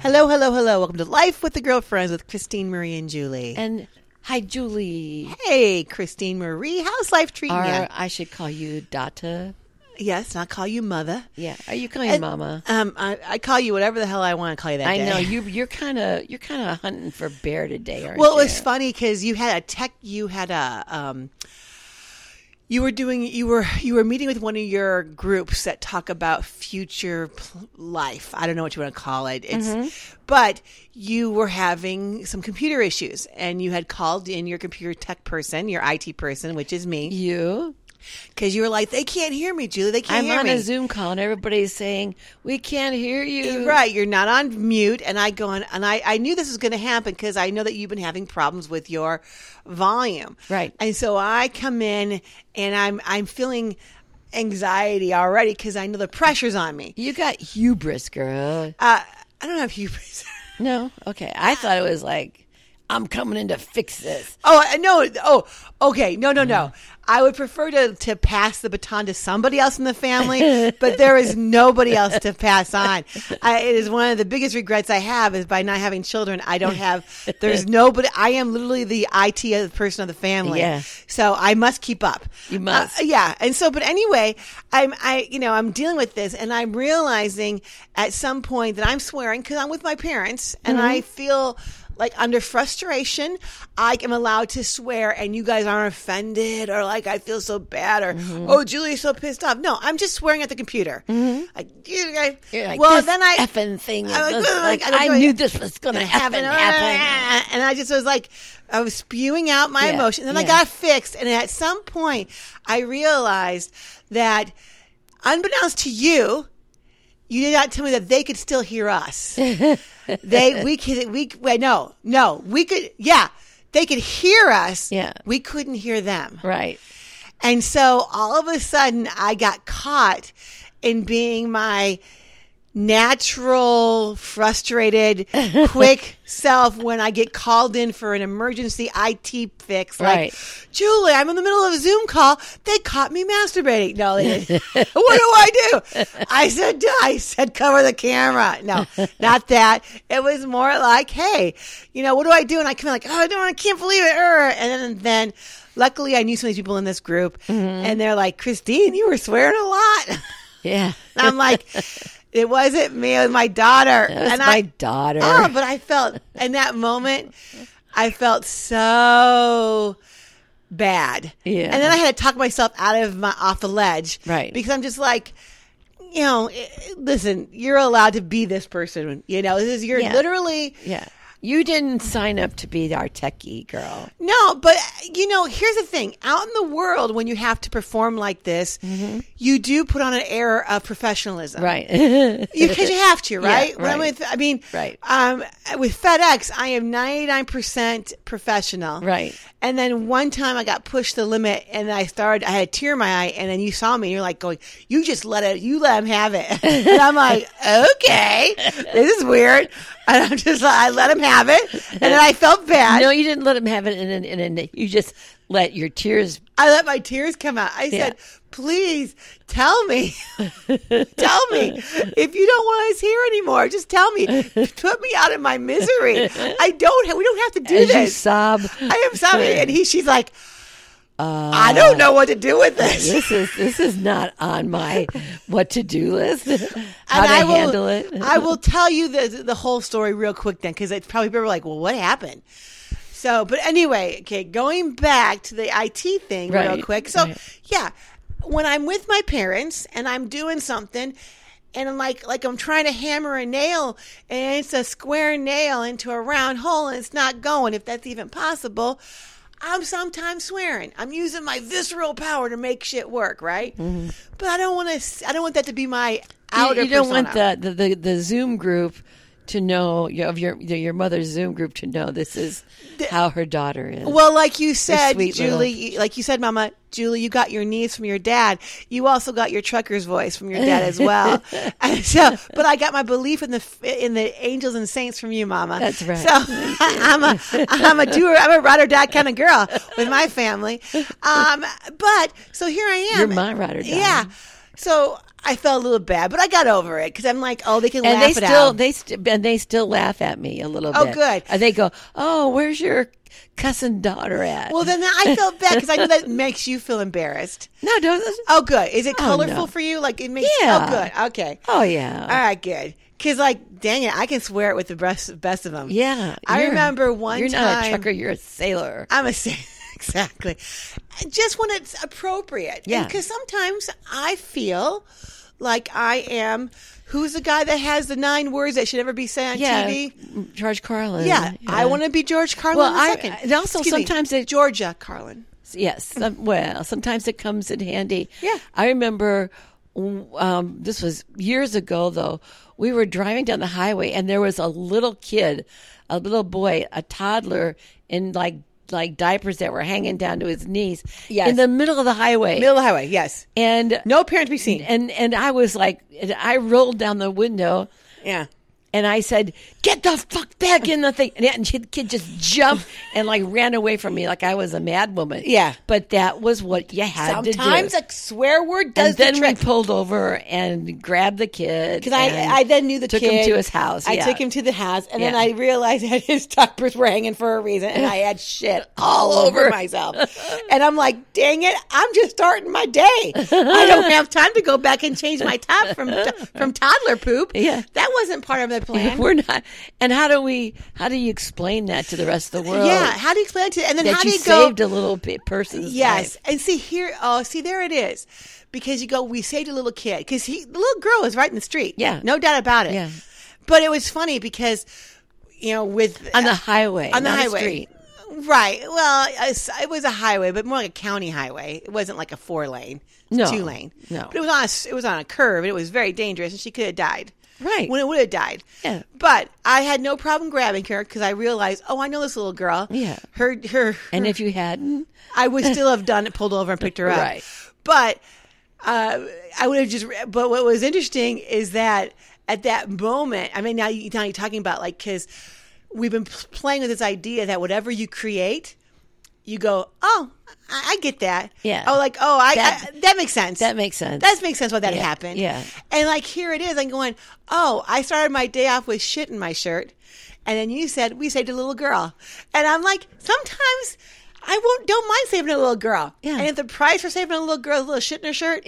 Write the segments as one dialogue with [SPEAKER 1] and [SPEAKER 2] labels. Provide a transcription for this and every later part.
[SPEAKER 1] hello, hello. Welcome to Life with the Girlfriends with Christine Marie and Julie.
[SPEAKER 2] And hi, Julie.
[SPEAKER 1] hey, Christine Marie, how's life treating
[SPEAKER 2] Or
[SPEAKER 1] you?
[SPEAKER 2] I should call you Data.
[SPEAKER 1] Yes, and I'll call you mother.
[SPEAKER 2] Yeah. Are you calling
[SPEAKER 1] And,
[SPEAKER 2] Mama?
[SPEAKER 1] Um, I, I call you whatever the hell I want to call you that
[SPEAKER 2] I
[SPEAKER 1] day.
[SPEAKER 2] know you. You're kind of you're kind of hunting for bear today, aren't
[SPEAKER 1] Well,
[SPEAKER 2] you?
[SPEAKER 1] it was funny because you had a tech. You had a. Um, you were doing. You were you were meeting with one of your groups that talk about future pl- life. I don't know what you want to call it. It's,
[SPEAKER 2] Mm-hmm.
[SPEAKER 1] but you were having some computer issues, and you had called in your computer tech person, your IT person, which is me,
[SPEAKER 2] You.
[SPEAKER 1] because you were like, they can't hear me, Julie. They can't
[SPEAKER 2] I'm
[SPEAKER 1] hear
[SPEAKER 2] on
[SPEAKER 1] me.
[SPEAKER 2] a Zoom call and everybody's saying we can't hear you.
[SPEAKER 1] Right, you're not on mute, and I go on, and I, I knew this was going to happen because I know that you've been having problems with your volume.
[SPEAKER 2] Right.
[SPEAKER 1] and so I come in, and I'm I'm feeling anxiety already because I know the pressure's on me.
[SPEAKER 2] You got hubris, girl.
[SPEAKER 1] Uh, I don't know if you.
[SPEAKER 2] No. Okay. I thought it was like I'm coming in to fix this.
[SPEAKER 1] Oh I- no! Oh, okay. No, no, no. I would prefer to, to pass the baton to somebody else in the family, but there is nobody else to pass on. I, it is one of the biggest regrets I have is by not having children. I don't have. There's nobody. I am literally the IT person of the family.
[SPEAKER 2] Yeah.
[SPEAKER 1] So I must keep up.
[SPEAKER 2] You must.
[SPEAKER 1] Uh, yeah. And so, but anyway, I'm I you know I'm dealing with this, and I'm realizing at some point that I'm swearing because I'm with my parents, and I
[SPEAKER 2] Mm-hmm.
[SPEAKER 1] feel like under frustration, I am allowed to swear, and you guys aren't offended, or like I feel so bad, or
[SPEAKER 2] Mm-hmm.
[SPEAKER 1] oh Julie's so pissed off. No, I'm just swearing at the computer. Like you guys.
[SPEAKER 2] You're like,
[SPEAKER 1] well,
[SPEAKER 2] this
[SPEAKER 1] then I
[SPEAKER 2] effing thing.
[SPEAKER 1] I'm
[SPEAKER 2] was
[SPEAKER 1] like,
[SPEAKER 2] like,
[SPEAKER 1] I don't
[SPEAKER 2] I
[SPEAKER 1] know.
[SPEAKER 2] knew this was gonna
[SPEAKER 1] and
[SPEAKER 2] happen. happen.
[SPEAKER 1] Ah, And I just was like, I was spewing out my
[SPEAKER 2] Yeah,
[SPEAKER 1] emotion. Then I
[SPEAKER 2] yeah.
[SPEAKER 1] got fixed. And at some point, I realized that unbeknownst to you, you did not tell me that they could still hear us. they, we could, we, wait, no, no, we could, yeah, they could hear us.
[SPEAKER 2] Yeah.
[SPEAKER 1] We couldn't hear them.
[SPEAKER 2] Right.
[SPEAKER 1] And so all of a sudden, I got caught in being my natural, frustrated, quick self when I get called in for an emergency IT fix. Like,
[SPEAKER 2] Right.
[SPEAKER 1] Julie, I'm in the middle of a Zoom call. They caught me masturbating. No, they didn't. what do I do? I said, I said, cover the camera. No, not that. It was more like, hey, you know, what do I do? And I come in like, oh, I don't, I can't believe it. er. And then, then luckily I knew some of these people in this group and they're like, Christine, you were swearing a lot.
[SPEAKER 2] Yeah.
[SPEAKER 1] And I'm like, it wasn't me, it was my daughter.
[SPEAKER 2] That's
[SPEAKER 1] and
[SPEAKER 2] my
[SPEAKER 1] I,
[SPEAKER 2] daughter.
[SPEAKER 1] oh, but I felt in that moment, I felt so bad.
[SPEAKER 2] Yeah.
[SPEAKER 1] And then I had to talk myself out of my off the ledge.
[SPEAKER 2] Right.
[SPEAKER 1] Because I'm just like, you know, eh, listen, you're allowed to be this person. You know, this is you're
[SPEAKER 2] Yeah.
[SPEAKER 1] literally
[SPEAKER 2] Yeah. You didn't sign up to be our techie girl.
[SPEAKER 1] No, but you know, here's the thing. Out in the world, when you have to perform like this,
[SPEAKER 2] Mm-hmm.
[SPEAKER 1] you do put on an air of professionalism.
[SPEAKER 2] Right.
[SPEAKER 1] because you have to, right? When I'm
[SPEAKER 2] right.
[SPEAKER 1] with- I mean,
[SPEAKER 2] Right.
[SPEAKER 1] Um, with FedEx, I am 99% professional,
[SPEAKER 2] Right.
[SPEAKER 1] And then one time I got pushed the limit, and I started. I had a tear in my eye, and then you saw me, and you're like, "Going, you just let it, you let him have it." and I'm like, "Okay, this is weird." And I'm just like, I let him have it, and then I felt bad.
[SPEAKER 2] no, you didn't let him have it, and then- and then you just let your tears.
[SPEAKER 1] I let my tears come out. I
[SPEAKER 2] Yeah.
[SPEAKER 1] said, please tell me. tell me. If you don't want us here anymore, just tell me. Put me out of my misery. I don't ha- we don't have to do
[SPEAKER 2] As you
[SPEAKER 1] this.
[SPEAKER 2] sob,
[SPEAKER 1] I am sorry. And he she's like, I
[SPEAKER 2] Uh,
[SPEAKER 1] don't know what to do with this.
[SPEAKER 2] this is this is not on my what to do list. How
[SPEAKER 1] and
[SPEAKER 2] to
[SPEAKER 1] I will,
[SPEAKER 2] handle it?
[SPEAKER 1] I will tell you the the whole story real quick then, because it's probably people are like, well, what happened? So, but anyway, okay, going back to the IT thing real
[SPEAKER 2] Right,
[SPEAKER 1] quick. So,
[SPEAKER 2] right.
[SPEAKER 1] yeah, when I'm with my parents and I'm doing something. And I'm like, like I'm trying to hammer a nail, and it's a square nail into a round hole, and it's not going. If that's even possible, I'm sometimes swearing. I'm using my visceral power to make shit work, right?
[SPEAKER 2] Mm-hmm.
[SPEAKER 1] But I don't want to. I don't want that to be my
[SPEAKER 2] You-
[SPEAKER 1] outer.
[SPEAKER 2] you, don't want
[SPEAKER 1] persona.
[SPEAKER 2] the, the, the, the Zoom group to know you know, of your your mother's Zoom group to know this is how her daughter is.
[SPEAKER 1] Well, like you said,
[SPEAKER 2] sweet little-
[SPEAKER 1] Julie, you- like you said, Mama, Julie, you got your knees from your dad. You also got your trucker's voice from your dad as well. and so, but I got my belief in the in the angels and saints from you, Mama.
[SPEAKER 2] That's right.
[SPEAKER 1] So I'm a I'm a doer. I'm a ride or die kind of girl with my family. Um, but so here I am.
[SPEAKER 2] You're my ride or die.
[SPEAKER 1] Yeah. So I felt a little bad, but I got over it because I'm like, oh, they can
[SPEAKER 2] and
[SPEAKER 1] laugh
[SPEAKER 2] they
[SPEAKER 1] it
[SPEAKER 2] still
[SPEAKER 1] out.
[SPEAKER 2] they st- and they still laugh at me a little
[SPEAKER 1] Oh,
[SPEAKER 2] bit.
[SPEAKER 1] good.
[SPEAKER 2] And they go, "Oh, where's your cussing daughter at?"
[SPEAKER 1] well, then I felt bad because I know that makes you feel embarrassed.
[SPEAKER 2] no, don't.
[SPEAKER 1] Oh, good. Is it colorful
[SPEAKER 2] no.
[SPEAKER 1] for you? Like it makes.
[SPEAKER 2] Yeah.
[SPEAKER 1] Oh, good. Okay.
[SPEAKER 2] Oh yeah.
[SPEAKER 1] All right, good. Because like, dang it, I can swear it with the best best of them.
[SPEAKER 2] Yeah.
[SPEAKER 1] I
[SPEAKER 2] you're-
[SPEAKER 1] remember one
[SPEAKER 2] You're not a
[SPEAKER 1] time-
[SPEAKER 2] trucker, you're a sailor.
[SPEAKER 1] I'm a sa- exactly. Just when it's appropriate.
[SPEAKER 2] Yeah.
[SPEAKER 1] Because sometimes I feel like I am. Who's the guy that has the nine words that should never be said on
[SPEAKER 2] yeah.
[SPEAKER 1] TV?
[SPEAKER 2] George Carlin.
[SPEAKER 1] Yeah, I want to be George Carlin
[SPEAKER 2] Well, I-
[SPEAKER 1] II.
[SPEAKER 2] and also
[SPEAKER 1] Excuse me,
[SPEAKER 2] sometimes it-
[SPEAKER 1] Georgia Carlin.
[SPEAKER 2] Yes. Some, well, sometimes it comes in handy.
[SPEAKER 1] Yeah.
[SPEAKER 2] I remember um, this was years ago, though. We were driving down the highway, and there was a little kid, a little boy, a toddler in like like diapers that were hanging down to his knees
[SPEAKER 1] Yes.
[SPEAKER 2] in the middle of the highway.
[SPEAKER 1] Middle of the highway. Yes.
[SPEAKER 2] and
[SPEAKER 1] No parent to be seen.
[SPEAKER 2] and and I was like, and I rolled down the window.
[SPEAKER 1] Yeah.
[SPEAKER 2] And I said, "Get the fuck back in the thing!" And that kid kid just jumped and like ran away from me, like I was a mad woman.
[SPEAKER 1] Yeah.
[SPEAKER 2] but that was what you had to do.
[SPEAKER 1] Sometimes a swear word does
[SPEAKER 2] and then
[SPEAKER 1] the trick.
[SPEAKER 2] we pulled over and grabbed the kid
[SPEAKER 1] Because I, I then knew the
[SPEAKER 2] took
[SPEAKER 1] kid.
[SPEAKER 2] him to his house.
[SPEAKER 1] I
[SPEAKER 2] yeah.
[SPEAKER 1] took him to the house, and then
[SPEAKER 2] Yeah.
[SPEAKER 1] I realized that his diapers were hanging for a reason, and I had shit all over myself. And I'm like, dang it, I'm just starting my day. I don't have time to go back and change my top from from toddler poop.
[SPEAKER 2] Yeah.
[SPEAKER 1] that wasn't part of the plan.
[SPEAKER 2] We're not. And how do we? How do you explain that to the rest of the world?
[SPEAKER 1] Yeah, how do you explain it to? And then
[SPEAKER 2] that
[SPEAKER 1] how
[SPEAKER 2] you
[SPEAKER 1] do you go?
[SPEAKER 2] saved a little bit person's
[SPEAKER 1] Yes,
[SPEAKER 2] life.
[SPEAKER 1] and see here. Oh, see there it is. Because you go, we saved a little kid because he, the little girl, was right in the street.
[SPEAKER 2] Yeah.
[SPEAKER 1] no doubt about it.
[SPEAKER 2] Yeah.
[SPEAKER 1] but it was funny because you know with uh,
[SPEAKER 2] on the highway,
[SPEAKER 1] on the
[SPEAKER 2] not a
[SPEAKER 1] highway.
[SPEAKER 2] street.
[SPEAKER 1] Right. Well, it's- it was a highway, but more like a county highway. It wasn't like a four lane,
[SPEAKER 2] No.
[SPEAKER 1] two lane.
[SPEAKER 2] No.
[SPEAKER 1] But it was on a, s- it was on a curve, and it was very dangerous, and she could have died.
[SPEAKER 2] Right.
[SPEAKER 1] When it would have died.
[SPEAKER 2] Yeah.
[SPEAKER 1] But I had no problem grabbing her because I realized, oh, I know this little girl.
[SPEAKER 2] Yeah.
[SPEAKER 1] Her her.
[SPEAKER 2] And if you hadn't,
[SPEAKER 1] I would still have done it, pulled over and picked her up.
[SPEAKER 2] Right.
[SPEAKER 1] But uh, I would have just. But what was interesting is that at that moment, I mean, now, you, now you're talking about like because we've been p- playing with this idea that whatever you create, you go, oh, I, I get that.
[SPEAKER 2] Yeah.
[SPEAKER 1] Oh, like oh, I
[SPEAKER 2] That-
[SPEAKER 1] that, I, that makes sense.
[SPEAKER 2] that makes sense.
[SPEAKER 1] That makes sense why that
[SPEAKER 2] Yeah,
[SPEAKER 1] happened.
[SPEAKER 2] yeah.
[SPEAKER 1] And like here it is, I'm going, oh, I started my day off with shit in my shirt. And then you said, we saved a little girl. And I'm like, sometimes I won't, don't mind saving a little girl.
[SPEAKER 2] Yeah.
[SPEAKER 1] And if the price for saving a little girl is a little shit in her shirt,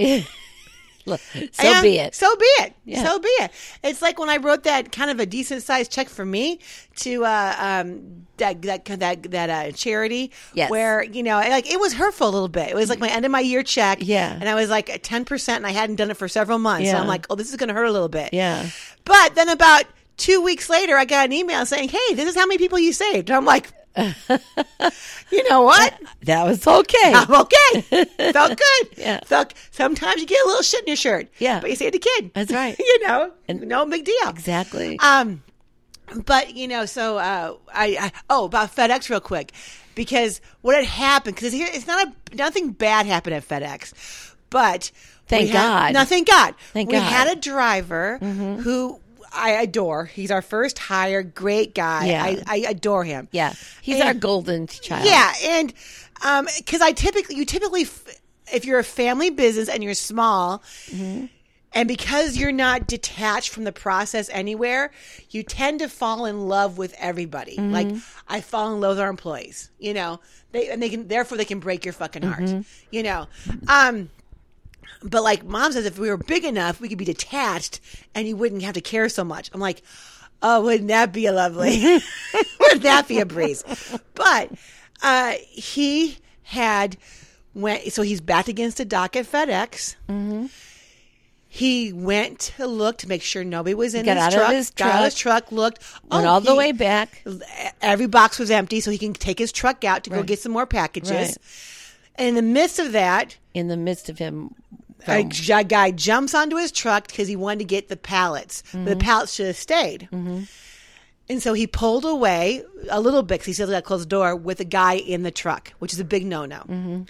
[SPEAKER 2] Look, so
[SPEAKER 1] yeah,
[SPEAKER 2] be it.
[SPEAKER 1] So be it.
[SPEAKER 2] Yeah.
[SPEAKER 1] So be it. It's like when I wrote that kind of a decent sized check for me to uh, um, that that that that uh, charity.
[SPEAKER 2] Yes.
[SPEAKER 1] Where you know, and, like it was hurtful a little bit. It was like my end of my year check.
[SPEAKER 2] Yeah.
[SPEAKER 1] And I was like ten percent, and I hadn't done it for several months. So
[SPEAKER 2] Yeah.
[SPEAKER 1] I'm like, oh, this is going to hurt a little bit.
[SPEAKER 2] Yeah.
[SPEAKER 1] But then about two weeks later, I got an email saying, "Hey, this is how many people you saved." And I'm like, you know what?
[SPEAKER 2] That was okay.
[SPEAKER 1] I'm okay. Felt good.
[SPEAKER 2] Yeah.
[SPEAKER 1] Felt, sometimes you get a little shit in your shirt.
[SPEAKER 2] Yeah.
[SPEAKER 1] But you saved a kid.
[SPEAKER 2] That's right.
[SPEAKER 1] you know,
[SPEAKER 2] And-
[SPEAKER 1] no big deal.
[SPEAKER 2] exactly.
[SPEAKER 1] Um, but you know, so uh, I, I oh about FedEx real quick because what had happened because here it's not a nothing bad happened at FedEx, but we
[SPEAKER 2] Thank
[SPEAKER 1] had-
[SPEAKER 2] God.
[SPEAKER 1] no, thank God,
[SPEAKER 2] Thank
[SPEAKER 1] we
[SPEAKER 2] God. Mm-hmm.
[SPEAKER 1] had a driver who. I adore. He's our first hire. Great guy.
[SPEAKER 2] Yeah.
[SPEAKER 1] I, I adore him.
[SPEAKER 2] yeah. He's
[SPEAKER 1] And-
[SPEAKER 2] our golden child.
[SPEAKER 1] yeah, and because I typically, you typically, f- if you're a family business and you're small, and because you're not detached from the process anywhere, you tend to fall in love with everybody. Like I fall in love with our employees, you know, they and they can therefore they can break your fucking heart, you know. Um, but like mom says, if we were big enough, we could be detached and you wouldn't have to care so much. I'm like, oh, wouldn't that be a lovely? wouldn't that be a breeze? But uh, he had went, so he's backed against a dock at FedEx.
[SPEAKER 2] Mm-hmm.
[SPEAKER 1] He went to look to make sure nobody was in
[SPEAKER 2] Got
[SPEAKER 1] his,
[SPEAKER 2] out of
[SPEAKER 1] truck,
[SPEAKER 2] his
[SPEAKER 1] Got out of his
[SPEAKER 2] truck,
[SPEAKER 1] truck, looked
[SPEAKER 2] Went
[SPEAKER 1] Oh,
[SPEAKER 2] all the
[SPEAKER 1] he-
[SPEAKER 2] way back.
[SPEAKER 1] Every box was empty, so he can take his truck out to go
[SPEAKER 2] Right.
[SPEAKER 1] get some more packages.
[SPEAKER 2] Right.
[SPEAKER 1] And in the midst of that,
[SPEAKER 2] in the midst of him.
[SPEAKER 1] a
[SPEAKER 2] going,
[SPEAKER 1] j- guy jumps onto his truck because he wanted to get the pallets. But
[SPEAKER 2] Mm-hmm.
[SPEAKER 1] the pallets should have stayed. And so he pulled away a little bit 'cause he still got closed door with a guy in the truck, which is a big no no.
[SPEAKER 2] Mm-hmm.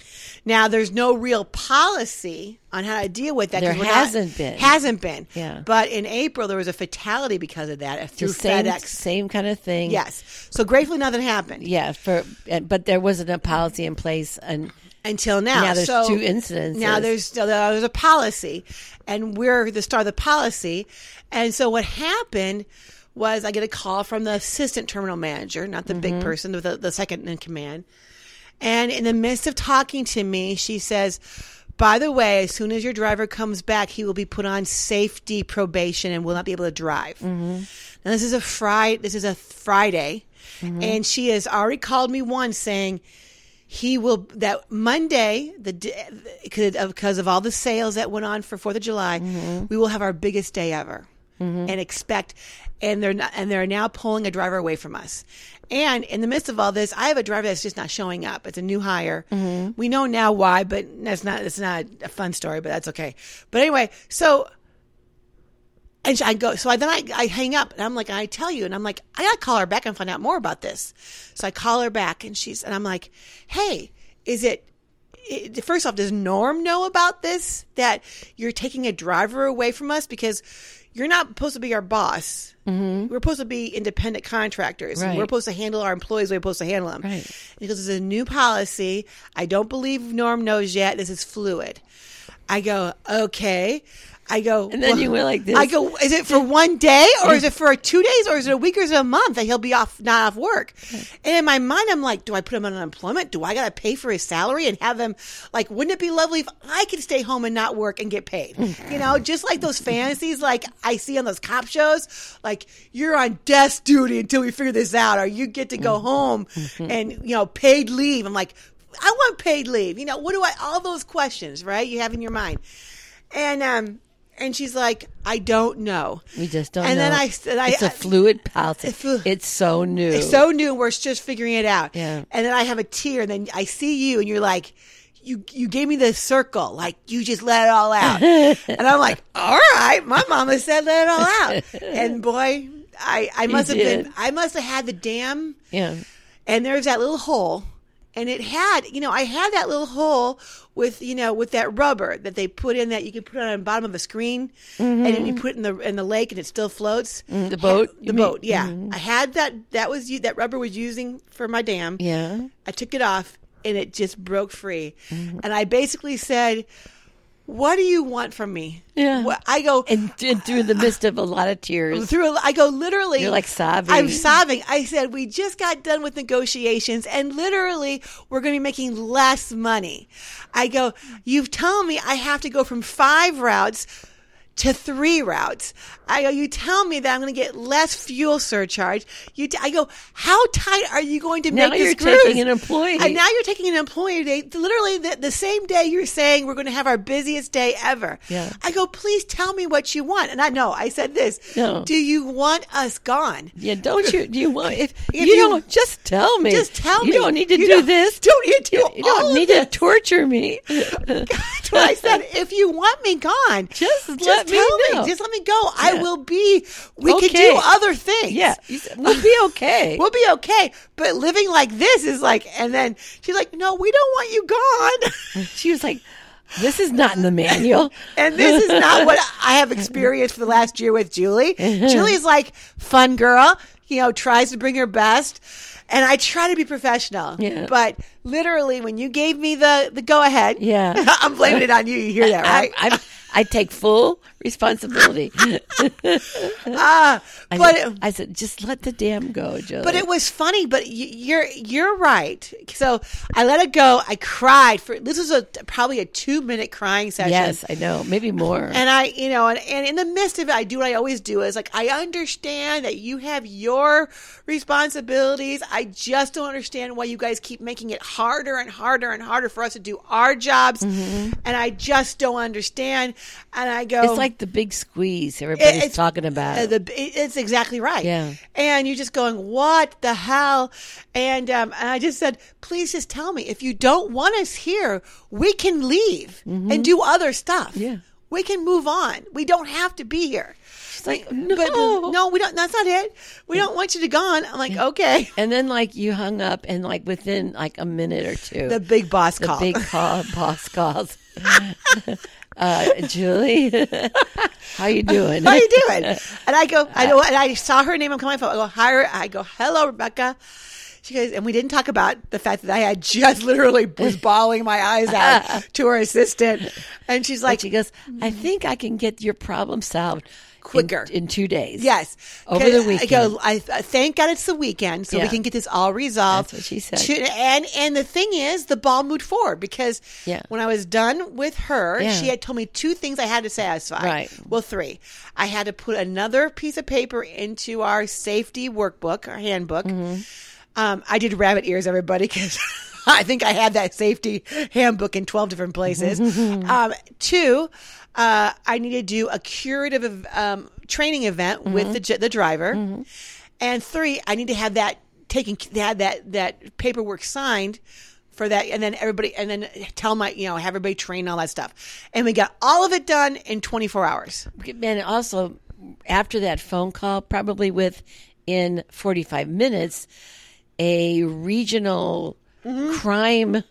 [SPEAKER 1] Now, there's no real policy on how to deal with that. 'cause
[SPEAKER 2] There
[SPEAKER 1] we're not-
[SPEAKER 2] hasn't been.
[SPEAKER 1] Hasn't been.
[SPEAKER 2] Yeah.
[SPEAKER 1] But in April, there was a fatality because of that
[SPEAKER 2] the
[SPEAKER 1] through
[SPEAKER 2] same,
[SPEAKER 1] FedEx.
[SPEAKER 2] same kind of thing.
[SPEAKER 1] Yes. So gratefully, nothing happened.
[SPEAKER 2] yeah. For and- but there wasn't a policy in place, and
[SPEAKER 1] until now.
[SPEAKER 2] Now there's
[SPEAKER 1] so
[SPEAKER 2] two incidents.
[SPEAKER 1] Now there's there's a policy, and we're the star of the policy. And so what happened was I get a call from the assistant terminal manager, not the
[SPEAKER 2] Mm-hmm.
[SPEAKER 1] big person, the, the second in command. And in the midst of talking to me, she says, by the way, as soon as your driver comes back, he will be put on safety probation and will not be able to drive.
[SPEAKER 2] Mm-hmm.
[SPEAKER 1] Now this is a Friday. This is a Friday,
[SPEAKER 2] Mm-hmm.
[SPEAKER 1] and she has already called me once saying he will that Monday the because of, 'cause of all the sales that went on for Fourth of July, we will have our biggest day ever, and expect and they're not, and they're now pulling a driver away from us. And in the midst of all this, I have a driver that's just not showing up. It's a new hire. We know now why, but that's not that's not a fun story, but that's okay. But anyway, so and so I go, so I, then I, I hang up and I'm like, I tell you, and I'm like, I gotta call her back and find out more about this. So I call her back and she's, and I'm like, hey, is it, it, first off, does Norm know about this? That you're taking a driver away from us because you're not supposed to be our boss. We're supposed to be independent contractors. and
[SPEAKER 2] Mm-hmm. Right.
[SPEAKER 1] We're supposed to handle our employees. the way We're supposed to handle them.
[SPEAKER 2] Right.
[SPEAKER 1] Because it's a new policy. I don't believe Norm knows yet. This is fluid. I go, okay. I go,
[SPEAKER 2] And then you went like this.
[SPEAKER 1] I go, is it for one day or is it for two days or is it a week or is it a month that he'll be off, not off work? And in my mind, I'm like, do I put him on unemployment? Do I got to pay for his salary and have him like, wouldn't it be lovely if I could stay home and not work and get paid? You know, just like those fantasies like I see on those cop shows, like you're on desk duty until we figure this out or you get to go home and, you know, paid leave. I'm like, I want paid leave. You know, what do I, all those questions, right? You have in your mind. And, um, and she's like, I don't know.
[SPEAKER 2] we just don't.
[SPEAKER 1] And
[SPEAKER 2] know.
[SPEAKER 1] then I said, I,
[SPEAKER 2] it's a
[SPEAKER 1] I-
[SPEAKER 2] fluid policy.
[SPEAKER 1] It's flu-
[SPEAKER 2] It's so new.
[SPEAKER 1] it's so new. We're just figuring it out.
[SPEAKER 2] Yeah.
[SPEAKER 1] And then I have a tear, and then I see you, and you're like, you you gave me the circle, like you just let it all out. and I'm like, all right, my mama said let it all out, and boy, I I must have
[SPEAKER 2] did.
[SPEAKER 1] been I must have had the dam
[SPEAKER 2] yeah.
[SPEAKER 1] and there was that little hole and it had you know i had that little hole with you know with that rubber that they put in that you can put on the bottom of a screen and then you put it in the in the lake and it still floats
[SPEAKER 2] Mm-hmm. Mm, the boat,
[SPEAKER 1] the
[SPEAKER 2] you mean? Mm-hmm.
[SPEAKER 1] boat yeah i had that that was u- that rubber was using for my dam
[SPEAKER 2] Yeah.
[SPEAKER 1] I took it off and it just broke free.
[SPEAKER 2] Mm-hmm.
[SPEAKER 1] And I basically said, What do you want from me?
[SPEAKER 2] Yeah.
[SPEAKER 1] What- I go
[SPEAKER 2] And, and through the midst of a lot of tears,
[SPEAKER 1] through, a, I go literally.
[SPEAKER 2] You're like sobbing.
[SPEAKER 1] I'm sobbing. I said, We just got done with negotiations and literally we're going to be making less money. I go, You've told me I have to go from five routes to three routes. I go, you tell me that I'm going to get less fuel surcharge. You, t- I go, how tight are you going to
[SPEAKER 2] Now
[SPEAKER 1] make this
[SPEAKER 2] you're
[SPEAKER 1] cruise?
[SPEAKER 2] taking an employee.
[SPEAKER 1] And now you're taking an employee day, literally the, the same day you're saying we're going to have our busiest day ever.
[SPEAKER 2] Yeah.
[SPEAKER 1] I go, please tell me what you want. And I know I said this.
[SPEAKER 2] No.
[SPEAKER 1] Do you want us gone?
[SPEAKER 2] yeah. Don't you? Do you want? If, you,
[SPEAKER 1] you-
[SPEAKER 2] don't, just tell me.
[SPEAKER 1] Just tell
[SPEAKER 2] You
[SPEAKER 1] me.
[SPEAKER 2] don't need to
[SPEAKER 1] You
[SPEAKER 2] do
[SPEAKER 1] don't-
[SPEAKER 2] this.
[SPEAKER 1] don't need to do
[SPEAKER 2] You, you don't
[SPEAKER 1] all of
[SPEAKER 2] need to torture me.
[SPEAKER 1] That's what I said. If you want me gone,
[SPEAKER 2] Just let me
[SPEAKER 1] tell
[SPEAKER 2] know.
[SPEAKER 1] Just let me go. I
[SPEAKER 2] Yeah.
[SPEAKER 1] will be. We can
[SPEAKER 2] Okay.
[SPEAKER 1] do other things.
[SPEAKER 2] yeah. You said, We'll be okay.
[SPEAKER 1] We'll be okay. But living like this is like, and then she's like, no, we don't want you gone.
[SPEAKER 2] she was like, "This is not in the manual."
[SPEAKER 1] and this is not what I have experienced for the last year with Julie.
[SPEAKER 2] Uh-huh.
[SPEAKER 1] Julie's like, fun girl, you know, tries to bring her best. And I try to be professional.
[SPEAKER 2] Yeah.
[SPEAKER 1] But literally, when you gave me the, the go ahead,
[SPEAKER 2] Yeah.
[SPEAKER 1] I'm blaming it on you. You hear that,
[SPEAKER 2] I,
[SPEAKER 1] right?
[SPEAKER 2] I, I take full responsibility.
[SPEAKER 1] Ah,
[SPEAKER 2] I
[SPEAKER 1] but
[SPEAKER 2] said, I said, just let the dam go, Joe.
[SPEAKER 1] But it was funny. But y- you're you're right. So I let it go. I cried for this was a probably a two minute crying session.
[SPEAKER 2] yes, I know, maybe more.
[SPEAKER 1] And oh, I, you know, and, and in the midst of it, I do what I always do is like, I understand that you have your responsibilities. I just don't understand why you guys keep making it harder and harder and harder for us to do our jobs. And I just don't understand. And I go,
[SPEAKER 2] Mm-hmm. it's like the big squeeze everybody's
[SPEAKER 1] it's-
[SPEAKER 2] talking about.
[SPEAKER 1] uh, the, it- it's exactly right.
[SPEAKER 2] Yeah.
[SPEAKER 1] And you're just going, what the hell? And, um, and I just said, please just tell me if you don't want us here, we can leave and do other stuff.
[SPEAKER 2] Mm-hmm. Yeah.
[SPEAKER 1] We can move on. We don't have to be here. She's
[SPEAKER 2] like,
[SPEAKER 1] But,
[SPEAKER 2] "No."
[SPEAKER 1] no, we don't. That's not it. We don't want you to gone. I'm like, okay.
[SPEAKER 2] and then like you hung up, and like within like a minute or two,
[SPEAKER 1] The big boss
[SPEAKER 2] the
[SPEAKER 1] call.
[SPEAKER 2] big call, boss calls. uh, Julie, how you doing?
[SPEAKER 1] How you doing? And I go, I know, and I saw her name on my phone. I go, hi, I go, hello, Rebecca. She goes, and we didn't talk about the fact that I had just literally was bawling my eyes out to her assistant, and she's like,
[SPEAKER 2] But she goes, I think I can get your problem solved in-
[SPEAKER 1] Quicker.
[SPEAKER 2] in, two days.
[SPEAKER 1] Yes.
[SPEAKER 2] Over
[SPEAKER 1] 'Cause
[SPEAKER 2] the
[SPEAKER 1] I
[SPEAKER 2] weekend.
[SPEAKER 1] go, I, I- thank God it's the weekend, so we
[SPEAKER 2] Yeah.
[SPEAKER 1] can get this all resolved.
[SPEAKER 2] That's what she said.
[SPEAKER 1] To- and and the thing is, the ball moved forward because
[SPEAKER 2] Yeah.
[SPEAKER 1] when I was done with her,
[SPEAKER 2] Yeah.
[SPEAKER 1] she had told me two things I had to satisfy.
[SPEAKER 2] Right.
[SPEAKER 1] Well, three. I had to put another piece of paper into our safety workbook, our handbook. Um, I did rabbit ears, everybody, because I think I had that safety handbook in 12 different places. um, two, uh, I need to do a curative um, training event with the, j- the driver. And three, I need to have that taken, have that, that paperwork signed for that. And then everybody, and then tell my, you know, have everybody trained, all that stuff. And we got all of it done in 24 hours.
[SPEAKER 2] And also, after that phone call, probably within 45 minutes, a regional crime,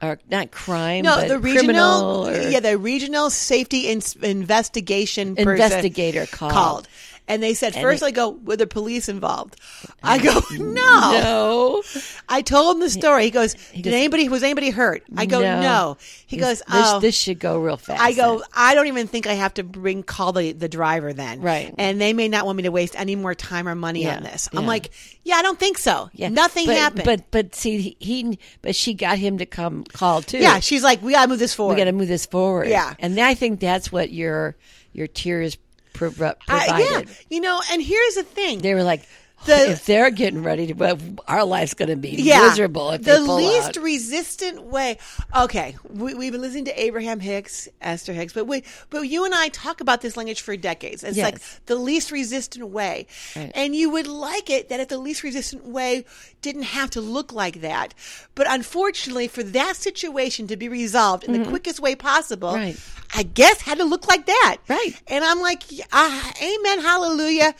[SPEAKER 2] or not crime,
[SPEAKER 1] Mm-hmm. No,
[SPEAKER 2] but
[SPEAKER 1] the regional,
[SPEAKER 2] criminal or-
[SPEAKER 1] yeah, the regional safety in, investigation person
[SPEAKER 2] Investigator called.
[SPEAKER 1] and they said first
[SPEAKER 2] it-
[SPEAKER 1] I go, were the police involved? I go, no.
[SPEAKER 2] No.
[SPEAKER 1] I told him the story. He goes, did
[SPEAKER 2] goes,
[SPEAKER 1] anybody was anybody hurt? I go, no.
[SPEAKER 2] No.
[SPEAKER 1] He
[SPEAKER 2] This-
[SPEAKER 1] goes, oh.
[SPEAKER 2] this, this should go real fast.
[SPEAKER 1] I go, I don't even think I have to bring call the, the driver then.
[SPEAKER 2] Right.
[SPEAKER 1] And they may not want me to waste any more time or money
[SPEAKER 2] Yeah,
[SPEAKER 1] on this. I'm
[SPEAKER 2] yeah.
[SPEAKER 1] like, yeah, I don't think so.
[SPEAKER 2] Yeah.
[SPEAKER 1] Nothing
[SPEAKER 2] But-
[SPEAKER 1] happened.
[SPEAKER 2] But but see, he, he but she got him to come call too.
[SPEAKER 1] yeah, she's like, we got to move this forward.
[SPEAKER 2] we got to move this forward.
[SPEAKER 1] Yeah.
[SPEAKER 2] and I think that's what your your tears prov-
[SPEAKER 1] I-
[SPEAKER 2] provided.
[SPEAKER 1] yeah. You know, and here's the thing.
[SPEAKER 2] They were like,
[SPEAKER 1] The-
[SPEAKER 2] if they're getting ready to, well, our life's going to be miserable if
[SPEAKER 1] the
[SPEAKER 2] they pull
[SPEAKER 1] least
[SPEAKER 2] out.
[SPEAKER 1] resistant way. Okay, we, we've been listening to Abraham Hicks, Esther Hicks, but we, but you and I talk about this language for decades. It's like
[SPEAKER 2] Yes.
[SPEAKER 1] the least resistant way,
[SPEAKER 2] Right.
[SPEAKER 1] and you would like it that if the least resistant way didn't have to look like that. But unfortunately, for that situation to be resolved in the quickest way possible,
[SPEAKER 2] Mm-hmm. Right.
[SPEAKER 1] I guess had to look like that.
[SPEAKER 2] Right.
[SPEAKER 1] And I'm like, ah, amen, hallelujah.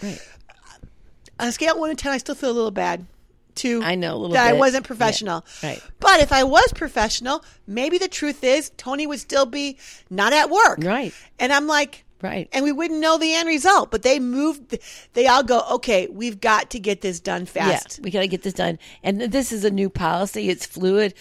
[SPEAKER 1] On a scale of one to ten, I still feel a little bad. Two,
[SPEAKER 2] I know, a little
[SPEAKER 1] that I
[SPEAKER 2] bit.
[SPEAKER 1] wasn't
[SPEAKER 2] Yeah.
[SPEAKER 1] professional.
[SPEAKER 2] Right.
[SPEAKER 1] But if I was professional, maybe the truth is Tony would still be not at work.
[SPEAKER 2] Right.
[SPEAKER 1] And I'm like,
[SPEAKER 2] Right.
[SPEAKER 1] And we wouldn't know the end result. But they moved. They all go, okay, we've got to get this done
[SPEAKER 2] Yeah,
[SPEAKER 1] fast.
[SPEAKER 2] we got to get this done. And th- this is a new policy. It's fluid.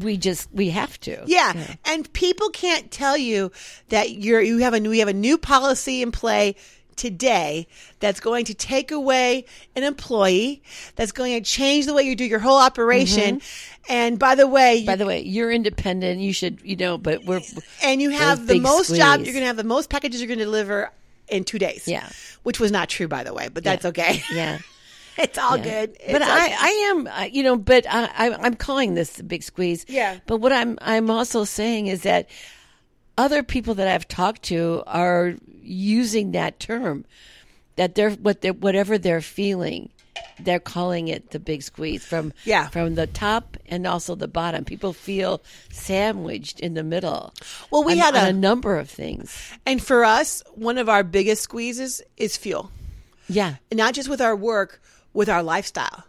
[SPEAKER 2] We just we have to.
[SPEAKER 1] Yeah. And people can't tell you that you're you have a new we have a new policy in play today that's going to take away an employee, that's going to change the way you do your whole operation. And by the way, you
[SPEAKER 2] Mm-hmm. By the way, you're independent. You should, you know, but we're
[SPEAKER 1] and you have
[SPEAKER 2] Those
[SPEAKER 1] the
[SPEAKER 2] big
[SPEAKER 1] most job
[SPEAKER 2] squeeze.
[SPEAKER 1] you're going to have the most packages you're going to deliver in two days
[SPEAKER 2] Yeah.
[SPEAKER 1] which was not true by the way but that's okay
[SPEAKER 2] yeah.
[SPEAKER 1] it's all
[SPEAKER 2] Yeah.
[SPEAKER 1] good
[SPEAKER 2] But
[SPEAKER 1] It's
[SPEAKER 2] I,
[SPEAKER 1] okay.
[SPEAKER 2] I am, I- you know, but I, I, I'm calling this the big squeeze.
[SPEAKER 1] Yeah.
[SPEAKER 2] But what I'm, I'm also saying is that other people that I've talked to are using that term, that they're what they whatever they're feeling, they're calling it the big squeeze from
[SPEAKER 1] Yeah.
[SPEAKER 2] from the top and also the bottom. People feel sandwiched in the middle.
[SPEAKER 1] Well, we
[SPEAKER 2] on-
[SPEAKER 1] had
[SPEAKER 2] on
[SPEAKER 1] a-
[SPEAKER 2] a number of things.
[SPEAKER 1] and for us one of our biggest squeezes is fuel
[SPEAKER 2] Yeah.
[SPEAKER 1] not just with our work with our lifestyle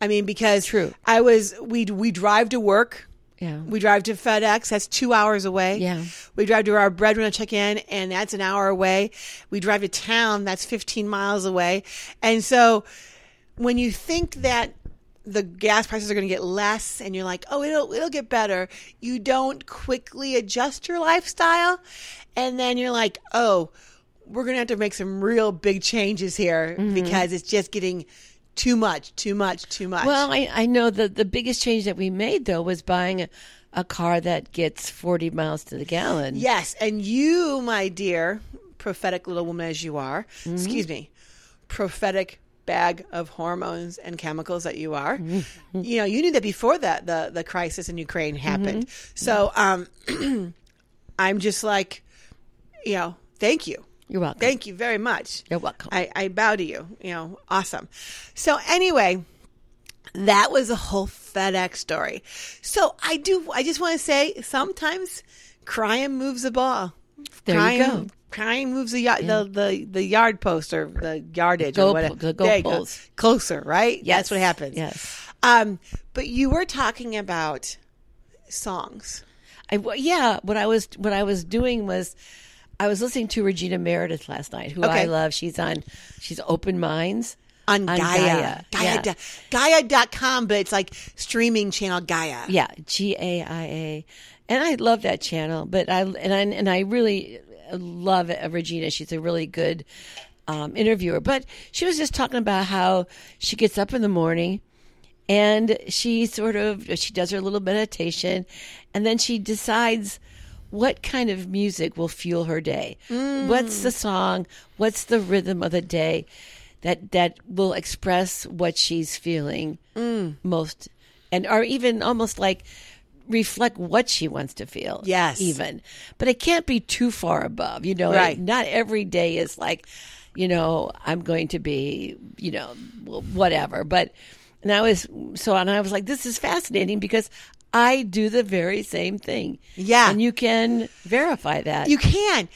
[SPEAKER 1] i mean because
[SPEAKER 2] True.
[SPEAKER 1] i was we we drive to work
[SPEAKER 2] Yeah.
[SPEAKER 1] we drive to FedEx. That's two hours away.
[SPEAKER 2] Yeah.
[SPEAKER 1] We drive to our breadwinner check in, and that's an hour away. We drive to town. That's 15 miles away. And so when you think that the gas prices are going to get less and you're like, oh, it'll, it'll get better, you don't quickly adjust your lifestyle. And then you're like, oh, we're going to have to make some real big changes here
[SPEAKER 2] Mm-hmm.
[SPEAKER 1] because it's just getting too much, too much, too much.
[SPEAKER 2] Well, I, I know that the biggest change that we made though was buying a, a car that gets 40 miles to the gallon.
[SPEAKER 1] Yes, and you, my dear prophetic little woman as you are, excuse me, prophetic bag of hormones and chemicals that you are. You know, you knew that before that the the crisis in Ukraine happened. So, um I'm just like, you know, thank you.
[SPEAKER 2] You're welcome.
[SPEAKER 1] Thank you very much.
[SPEAKER 2] You're welcome.
[SPEAKER 1] I, I bow to you. You know, awesome. So anyway, that was the whole FedEx story. So I do. I just want to say, sometimes crying moves the ball.
[SPEAKER 2] There you
[SPEAKER 1] crying,
[SPEAKER 2] go.
[SPEAKER 1] Crying moves the, ya- the the the yard post or the yardage
[SPEAKER 2] Goal
[SPEAKER 1] or whatever.
[SPEAKER 2] po- the goal
[SPEAKER 1] There you go.
[SPEAKER 2] post.
[SPEAKER 1] Closer, right? That's what happens.
[SPEAKER 2] Yes.
[SPEAKER 1] Um, but you were talking about songs.
[SPEAKER 2] I, well, yeah, what I was what I was doing was I was listening to Regina Meredith last night, who
[SPEAKER 1] Okay.
[SPEAKER 2] I love. She's on she's Open Minds.
[SPEAKER 1] on, Gaia.
[SPEAKER 2] Gaia,
[SPEAKER 1] Gaia.
[SPEAKER 2] yeah.
[SPEAKER 1] dot Gaia.com, but it's like streaming channel Gaia.
[SPEAKER 2] Yeah, G A I A, and I love that channel. But I and I and I really love uh, Regina. She's a really good um, interviewer. But she was just talking about how she gets up in the morning and she sort of she does her little meditation, and then she decides what kind of music will fuel her day. What's the song? What's the rhythm of the day? That, that will express what she's feeling most and or even almost like reflect what she wants to feel.
[SPEAKER 1] Yes.
[SPEAKER 2] Even. But it can't be too far above, you know.
[SPEAKER 1] Right.
[SPEAKER 2] Not every day is like, you know, I'm going to be, you know, whatever. But and I was so and I was like, this is fascinating because I do the very same thing.
[SPEAKER 1] Yeah.
[SPEAKER 2] And you can verify that.
[SPEAKER 1] You can.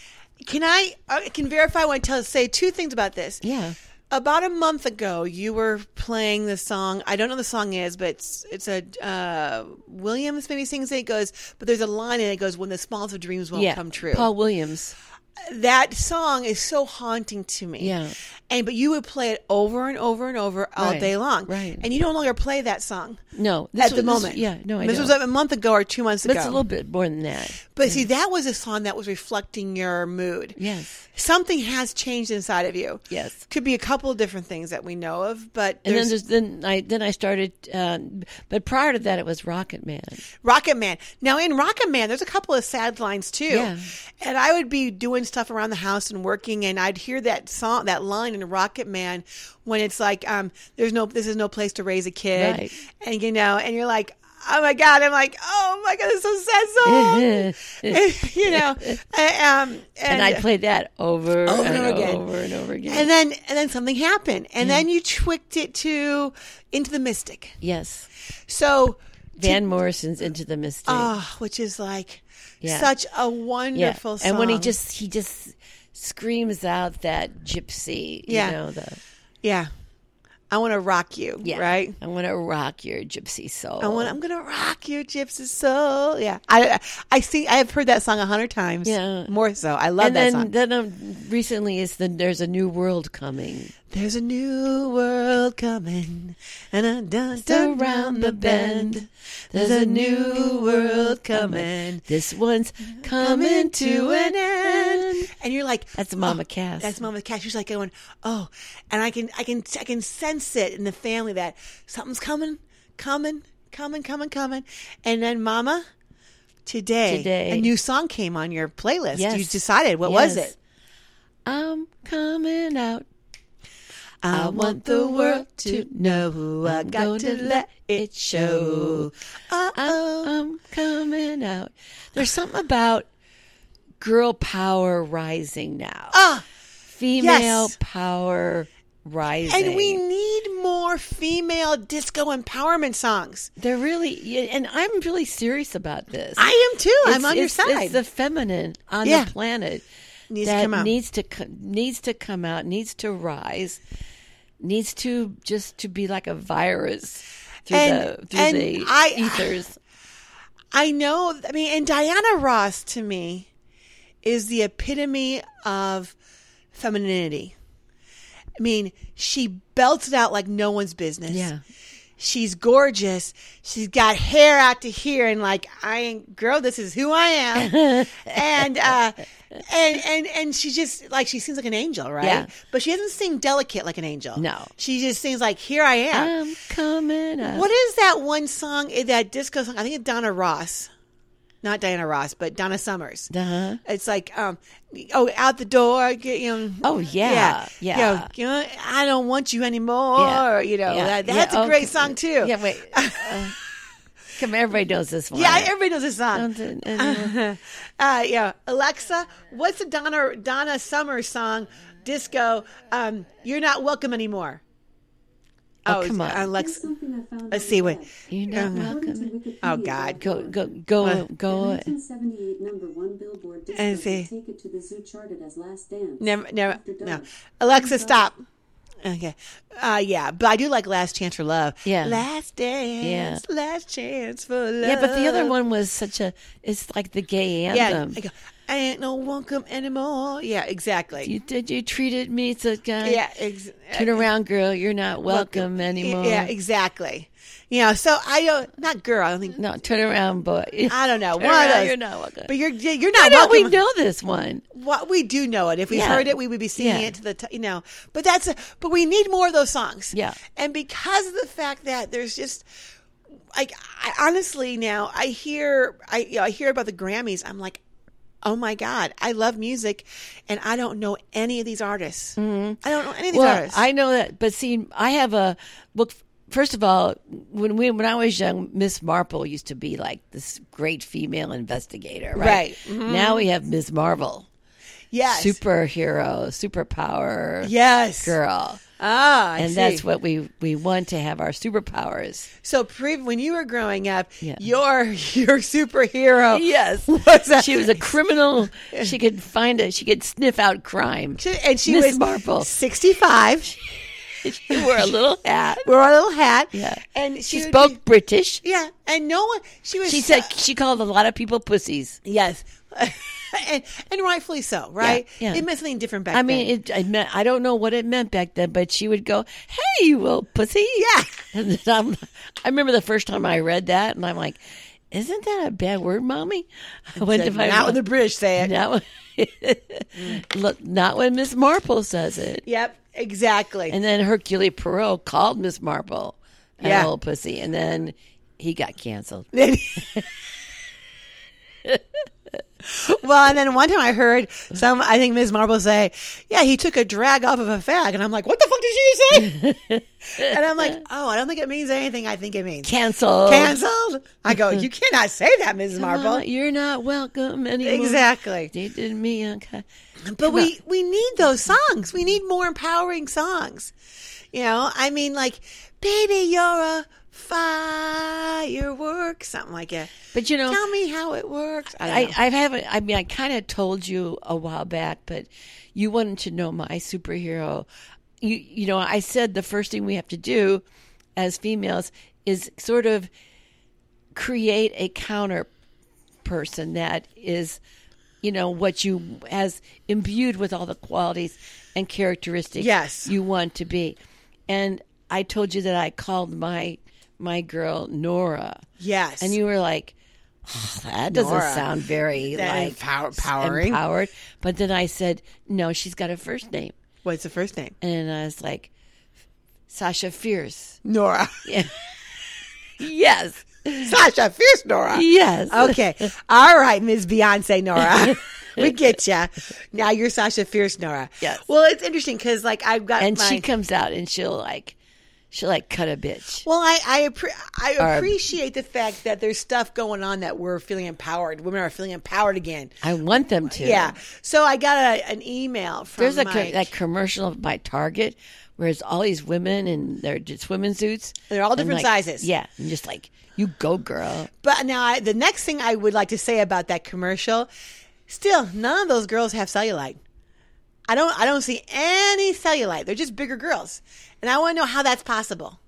[SPEAKER 1] Can I, uh, I can verify when I tell, say two things about this.
[SPEAKER 2] yeah.
[SPEAKER 1] About a month ago, you were playing the song. I don't know what the song is, but it's, it's a uh, Williams maybe sings it. It goes, but there's a line in it that goes, "When the smallest of dreams won't
[SPEAKER 2] Yeah.
[SPEAKER 1] come true."
[SPEAKER 2] Paul Williams.
[SPEAKER 1] that song is so haunting to me.
[SPEAKER 2] Yeah.
[SPEAKER 1] And but you would play it over and over and over all
[SPEAKER 2] Right,
[SPEAKER 1] day long.
[SPEAKER 2] right.
[SPEAKER 1] And you no longer play that song
[SPEAKER 2] No.
[SPEAKER 1] at the
[SPEAKER 2] was-
[SPEAKER 1] moment.
[SPEAKER 2] yeah, no, I
[SPEAKER 1] This
[SPEAKER 2] don't.
[SPEAKER 1] was like a month ago or two months
[SPEAKER 2] but
[SPEAKER 1] ago.
[SPEAKER 2] it's a little bit more than that.
[SPEAKER 1] but see, that was a song that was reflecting your mood.
[SPEAKER 2] Yes.
[SPEAKER 1] Something has changed inside of you.
[SPEAKER 2] Yes.
[SPEAKER 1] Could be a couple of different things that we know of, but
[SPEAKER 2] And
[SPEAKER 1] there's,
[SPEAKER 2] then there's then I then I started, um, but prior to that it was Rocket Man.
[SPEAKER 1] Rocket Man. Now in Rocket Man, there's a couple of sad lines too.
[SPEAKER 2] Yeah.
[SPEAKER 1] And I would be doing stuff around the house and working, and I'd hear that song, that line in Rocket Man, when it's like, um, "There's no, this is no place to raise a kid,"
[SPEAKER 2] Right.
[SPEAKER 1] and you know, and you're like. Oh my God! I'm like, oh my God, this is so sad song. you know, I, um,
[SPEAKER 2] And I played that over,
[SPEAKER 1] Over
[SPEAKER 2] and
[SPEAKER 1] and over again.
[SPEAKER 2] over and over again.
[SPEAKER 1] and then and then something happened, and then you twicked it to into the mystic.
[SPEAKER 2] yes,
[SPEAKER 1] So
[SPEAKER 2] Van Morrison's Into the Mystic.
[SPEAKER 1] Ah, which is like
[SPEAKER 2] Yeah.
[SPEAKER 1] such a wonderful song.
[SPEAKER 2] and when he just he just screams out that gypsy,
[SPEAKER 1] Yeah.
[SPEAKER 2] you know the
[SPEAKER 1] yeah, I want to rock you,
[SPEAKER 2] yeah,
[SPEAKER 1] right?
[SPEAKER 2] I want to rock your gypsy soul.
[SPEAKER 1] I want. I'm gonna rock your gypsy soul. Yeah, I I see. I have heard that song a hundred times.
[SPEAKER 2] Yeah.
[SPEAKER 1] more so. I love
[SPEAKER 2] and
[SPEAKER 1] that
[SPEAKER 2] then
[SPEAKER 1] song.
[SPEAKER 2] then um, recently is the there's a new world coming.
[SPEAKER 1] There's a new world coming, and I danced around the bend. There's a new world coming.
[SPEAKER 2] This one's
[SPEAKER 1] Coming
[SPEAKER 2] coming
[SPEAKER 1] to an end, and you're like,
[SPEAKER 2] That's Mama
[SPEAKER 1] oh,
[SPEAKER 2] Cass.
[SPEAKER 1] That's Mama Cass. She's like going, oh, and I can, I can, I can sense it in the family that something's coming, coming, coming, coming, coming. And then Mama, today,
[SPEAKER 2] Today.
[SPEAKER 1] a new song came on your playlist.
[SPEAKER 2] Yes.
[SPEAKER 1] You decided what was
[SPEAKER 2] Yes.
[SPEAKER 1] it?
[SPEAKER 2] I'm coming out.
[SPEAKER 1] I want the world to know. I got to let it show. Uh oh.
[SPEAKER 2] I'm coming out. There's something about girl power rising now.
[SPEAKER 1] Ah,
[SPEAKER 2] Female
[SPEAKER 1] yes.
[SPEAKER 2] power rising.
[SPEAKER 1] and we need more female disco empowerment songs.
[SPEAKER 2] they're really yeah, and I'm really serious about this.
[SPEAKER 1] I am too. I'm
[SPEAKER 2] It's-
[SPEAKER 1] on your
[SPEAKER 2] it's-
[SPEAKER 1] side.
[SPEAKER 2] It's the feminine on
[SPEAKER 1] Yeah.
[SPEAKER 2] the planet
[SPEAKER 1] Needs to
[SPEAKER 2] that
[SPEAKER 1] come out.
[SPEAKER 2] needs to co- needs to come out, needs to rise, needs to just to be like a virus through
[SPEAKER 1] And-
[SPEAKER 2] the through
[SPEAKER 1] and
[SPEAKER 2] the
[SPEAKER 1] I-
[SPEAKER 2] ethers.
[SPEAKER 1] I know. I mean, and Diana Ross to me is the epitome of femininity. I mean, she belts it out like no one's business.
[SPEAKER 2] Yeah.
[SPEAKER 1] She's gorgeous. She's got hair out to here, and like I ain't girl. This is who I am, and uh, and and and she just like she seems like an angel, right?
[SPEAKER 2] Yeah.
[SPEAKER 1] But she doesn't sing delicate like an angel.
[SPEAKER 2] No.
[SPEAKER 1] she just sings like here I am.
[SPEAKER 2] I'm coming up.
[SPEAKER 1] What is that one song? eh, That disco song? I think it's Donna Ross, not Diana Ross, but Donna Summers.
[SPEAKER 2] Uh-huh.
[SPEAKER 1] It's like, um, oh, out the door, get you. know,
[SPEAKER 2] Oh, yeah,
[SPEAKER 1] you
[SPEAKER 2] yeah.
[SPEAKER 1] know, you know, I don't want you anymore.
[SPEAKER 2] Yeah,
[SPEAKER 1] You know,
[SPEAKER 2] yeah,
[SPEAKER 1] that,
[SPEAKER 2] yeah,
[SPEAKER 1] that's a
[SPEAKER 2] oh,
[SPEAKER 1] great
[SPEAKER 2] c-
[SPEAKER 1] song too.
[SPEAKER 2] Yeah, wait. Uh, come, everybody knows this one.
[SPEAKER 1] Yeah, everybody knows this song.
[SPEAKER 2] Something- and-
[SPEAKER 1] Uh, yeah, Alexa, what's the Donna Donna Summers song? Disco. Um, you're not welcome anymore.
[SPEAKER 2] Oh,
[SPEAKER 1] it's-
[SPEAKER 2] come on.
[SPEAKER 1] Alexa.
[SPEAKER 3] Something I found
[SPEAKER 1] Let's see what.
[SPEAKER 2] You're not
[SPEAKER 3] according to
[SPEAKER 2] welcome.
[SPEAKER 3] Wikipedia,
[SPEAKER 1] Oh God.
[SPEAKER 2] Go, go, go,
[SPEAKER 1] What?
[SPEAKER 3] the
[SPEAKER 2] go.
[SPEAKER 3] 1978 number one Billboard disco
[SPEAKER 1] And see.
[SPEAKER 3] hit, take it to the zoo charted as last dance.
[SPEAKER 1] Never, never,
[SPEAKER 3] After
[SPEAKER 1] no.
[SPEAKER 3] dark.
[SPEAKER 1] Alexa, stop. Okay. Uh, yeah, but I do like Last Chance for Love.
[SPEAKER 2] Yeah.
[SPEAKER 1] Last Dance. Last Chance for Love.
[SPEAKER 2] Yeah, but the other one was such a. It's like the gay
[SPEAKER 1] Yeah.
[SPEAKER 2] anthem.
[SPEAKER 1] I go, I ain't no welcome anymore. Yeah, exactly.
[SPEAKER 2] You did. You treated me so good.
[SPEAKER 1] yeah, ex-
[SPEAKER 2] Turn around, girl. You're not welcome anymore.
[SPEAKER 1] Yeah, exactly. You know, so I don't not girl. I don't think
[SPEAKER 2] No, turn around, boy.
[SPEAKER 1] I don't know.
[SPEAKER 2] Turn
[SPEAKER 1] One of
[SPEAKER 2] around,
[SPEAKER 1] those.
[SPEAKER 2] You're not welcome.
[SPEAKER 1] But you're you're not
[SPEAKER 2] no,
[SPEAKER 1] welcome.
[SPEAKER 2] we know this one.
[SPEAKER 1] what we do know it. If we
[SPEAKER 2] Yeah.
[SPEAKER 1] heard it, we would be singing
[SPEAKER 2] Yeah.
[SPEAKER 1] it to the t- you know. But that's a, but we need more of those songs.
[SPEAKER 2] Yeah.
[SPEAKER 1] and because of the fact that there's just like I honestly now I hear I you know, I hear about the Grammys. I'm like. Oh my God! I love music, and I don't know any of these artists. I don't know any of these
[SPEAKER 2] Mm-hmm. Well,
[SPEAKER 1] artists.
[SPEAKER 2] I know that, but see, I have a look. First of all, when we when I was young, Miss Marple used to be like this great female investigator, right? Mm-hmm.
[SPEAKER 1] Right.
[SPEAKER 2] Now we have Miss Marvel,
[SPEAKER 1] yes,
[SPEAKER 2] superhero, superpower
[SPEAKER 1] yes,
[SPEAKER 2] girl,
[SPEAKER 1] Ah, I
[SPEAKER 2] and
[SPEAKER 1] see.
[SPEAKER 2] that's what we we want to have our superpowers.
[SPEAKER 1] So, pre- when you were growing up,
[SPEAKER 2] Yeah.
[SPEAKER 1] your your superhero,
[SPEAKER 2] Oh, Yes,
[SPEAKER 1] Was that-
[SPEAKER 2] she was a criminal. she could find it. She could sniff out crime.
[SPEAKER 1] she- and she
[SPEAKER 2] Miss
[SPEAKER 1] was
[SPEAKER 2] Marple.
[SPEAKER 1] sixty-five.
[SPEAKER 2] She wore a little hat.
[SPEAKER 1] wore a little hat.
[SPEAKER 2] Yeah,
[SPEAKER 1] and she,
[SPEAKER 2] she
[SPEAKER 1] would
[SPEAKER 2] spoke
[SPEAKER 1] be-
[SPEAKER 2] British.
[SPEAKER 1] yeah, and no one. She was.
[SPEAKER 2] She said she called a lot of people pussies.
[SPEAKER 1] yes, and and rightfully so, right?
[SPEAKER 2] Yeah, yeah.
[SPEAKER 1] It meant something different back
[SPEAKER 2] I
[SPEAKER 1] then.
[SPEAKER 2] mean, it, it meant, I don't know what it meant back then, but she would go, "Hey, you little pussy!"
[SPEAKER 1] Yeah.
[SPEAKER 2] And then I'm, I remember the first time I read that, and I'm like, "Isn't that a bad word, mommy?" I went
[SPEAKER 1] Said,
[SPEAKER 2] to my
[SPEAKER 1] not
[SPEAKER 2] mom-
[SPEAKER 1] when the British say it.
[SPEAKER 2] not when- look, not when Miss Marple says it.
[SPEAKER 1] Yep, exactly.
[SPEAKER 2] And then Hercule Poirot called Miss Marple an
[SPEAKER 1] Yeah.
[SPEAKER 2] old pussy, and then he got canceled.
[SPEAKER 1] Then- well, and then one time I heard some, I think Ms. Marble say, yeah, he took a drag off of a fag. And I'm like, what the fuck did she just say? and I'm like, oh, I don't think it means anything I think it means.
[SPEAKER 2] Canceled.
[SPEAKER 1] Canceled? I go, you cannot say that, Mrs.
[SPEAKER 2] Mama,
[SPEAKER 1] Marble.
[SPEAKER 2] you're not welcome anymore.
[SPEAKER 1] Exactly.
[SPEAKER 2] They did me okay.
[SPEAKER 1] But we, we need those songs. We need more empowering songs. You know, I mean, like, baby, you're a firework, something like that.
[SPEAKER 2] But you know,
[SPEAKER 1] Tell me how it works. I, don't know.
[SPEAKER 2] I, I haven't. I mean, I kind of told you a while back, but you wanted to know my superhero. You, you know, I said the first thing we have to do as females is sort of create a counter person that is, you know, what you has imbued with all the qualities and characteristics
[SPEAKER 1] Yes.
[SPEAKER 2] you want to be. And I told you that I called my my girl Nora.
[SPEAKER 1] Yes.
[SPEAKER 2] And you were like, "Oh, that doesn't
[SPEAKER 1] Nora.
[SPEAKER 2] sound very
[SPEAKER 1] That
[SPEAKER 2] like
[SPEAKER 1] empower-
[SPEAKER 2] s-
[SPEAKER 1] powering.
[SPEAKER 2] empowered. But then I said, no, she's got a first name.
[SPEAKER 1] What's the first name?
[SPEAKER 2] And I was like, Sasha Fierce.
[SPEAKER 1] Nora.
[SPEAKER 2] Yes.
[SPEAKER 1] Sasha Fierce Nora.
[SPEAKER 2] Yes.
[SPEAKER 1] Okay. All right, Ms. Beyonce Nora. we get ya. Now you're Sasha Fierce Nora.
[SPEAKER 2] Yes.
[SPEAKER 1] Well, it's interesting because, like, I've got
[SPEAKER 2] And
[SPEAKER 1] my-
[SPEAKER 2] she comes out and she'll like, she'll like cut a bitch.
[SPEAKER 1] Well, I I, appre- I
[SPEAKER 2] Or-
[SPEAKER 1] appreciate the fact that there's stuff going on that we're feeling empowered. Women are feeling empowered again.
[SPEAKER 2] I want them to.
[SPEAKER 1] Yeah. So I got a, an email from
[SPEAKER 2] There's a co-
[SPEAKER 1] Mike.
[SPEAKER 2] that commercial by Target where it's all these women in their just women's suits.
[SPEAKER 1] They're all
[SPEAKER 2] And,
[SPEAKER 1] different
[SPEAKER 2] like,
[SPEAKER 1] sizes.
[SPEAKER 2] Yeah. And just like, you go, girl.
[SPEAKER 1] But now, I, the next thing I would like to say about that commercial, still, none of those girls have cellulite. I don't. I don't see any cellulite. They're just bigger girls, and I want to know how that's possible.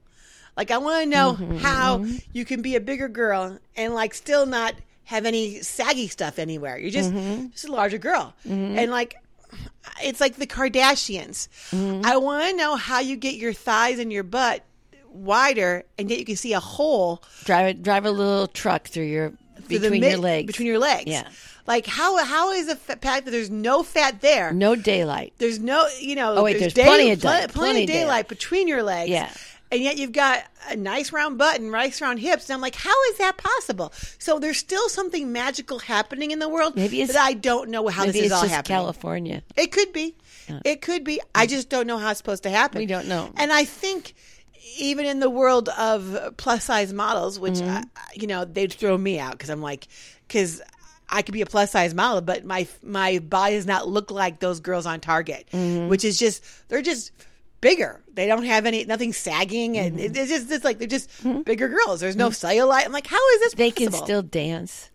[SPEAKER 1] Like, I want to know how you can be a bigger girl and like still not have any saggy stuff anywhere. You're just just a larger girl, and like. It's like the Kardashians. I want to know how you get your thighs and your butt wider, and yet you can see a hole
[SPEAKER 2] Drive, drive a little truck through your,
[SPEAKER 1] through
[SPEAKER 2] between
[SPEAKER 1] the
[SPEAKER 2] your
[SPEAKER 1] mid-
[SPEAKER 2] legs.
[SPEAKER 1] Between your legs.
[SPEAKER 2] Yeah.
[SPEAKER 1] Like how how is the fa- fact that there's no fat there?
[SPEAKER 2] No daylight.
[SPEAKER 1] There's no you know.
[SPEAKER 2] Oh, wait, there's plenty of
[SPEAKER 1] pl-
[SPEAKER 2] daylight, plenty of
[SPEAKER 1] daylight,
[SPEAKER 2] daylight.
[SPEAKER 1] between your legs.
[SPEAKER 2] Yeah.
[SPEAKER 1] And yet you've got a nice round butt and nice round hips. And I'm like, how is that possible? So there's still something magical happening in the world
[SPEAKER 2] Maybe it's-
[SPEAKER 1] that I don't know how this
[SPEAKER 2] Maybe
[SPEAKER 1] is
[SPEAKER 2] it's
[SPEAKER 1] all
[SPEAKER 2] just
[SPEAKER 1] happening.
[SPEAKER 2] California.
[SPEAKER 1] It could be. It could be. I just don't know how it's supposed to happen.
[SPEAKER 2] Mm. We don't know.
[SPEAKER 1] And I think even in the world of plus size models, which,
[SPEAKER 2] Mm-hmm.
[SPEAKER 1] I, you know, they'd throw me out because I'm like, because I could be a plus size model, but my, my body does not look like those girls on Target,
[SPEAKER 2] Mm-hmm.
[SPEAKER 1] which is just, they're just bigger. They don't have any, nothing sagging. And
[SPEAKER 2] Mm-hmm.
[SPEAKER 1] it- it's just, it's like, they're just bigger girls. There's no cellulite. I'm like, how is this
[SPEAKER 2] They
[SPEAKER 1] possible?
[SPEAKER 2] can still dance.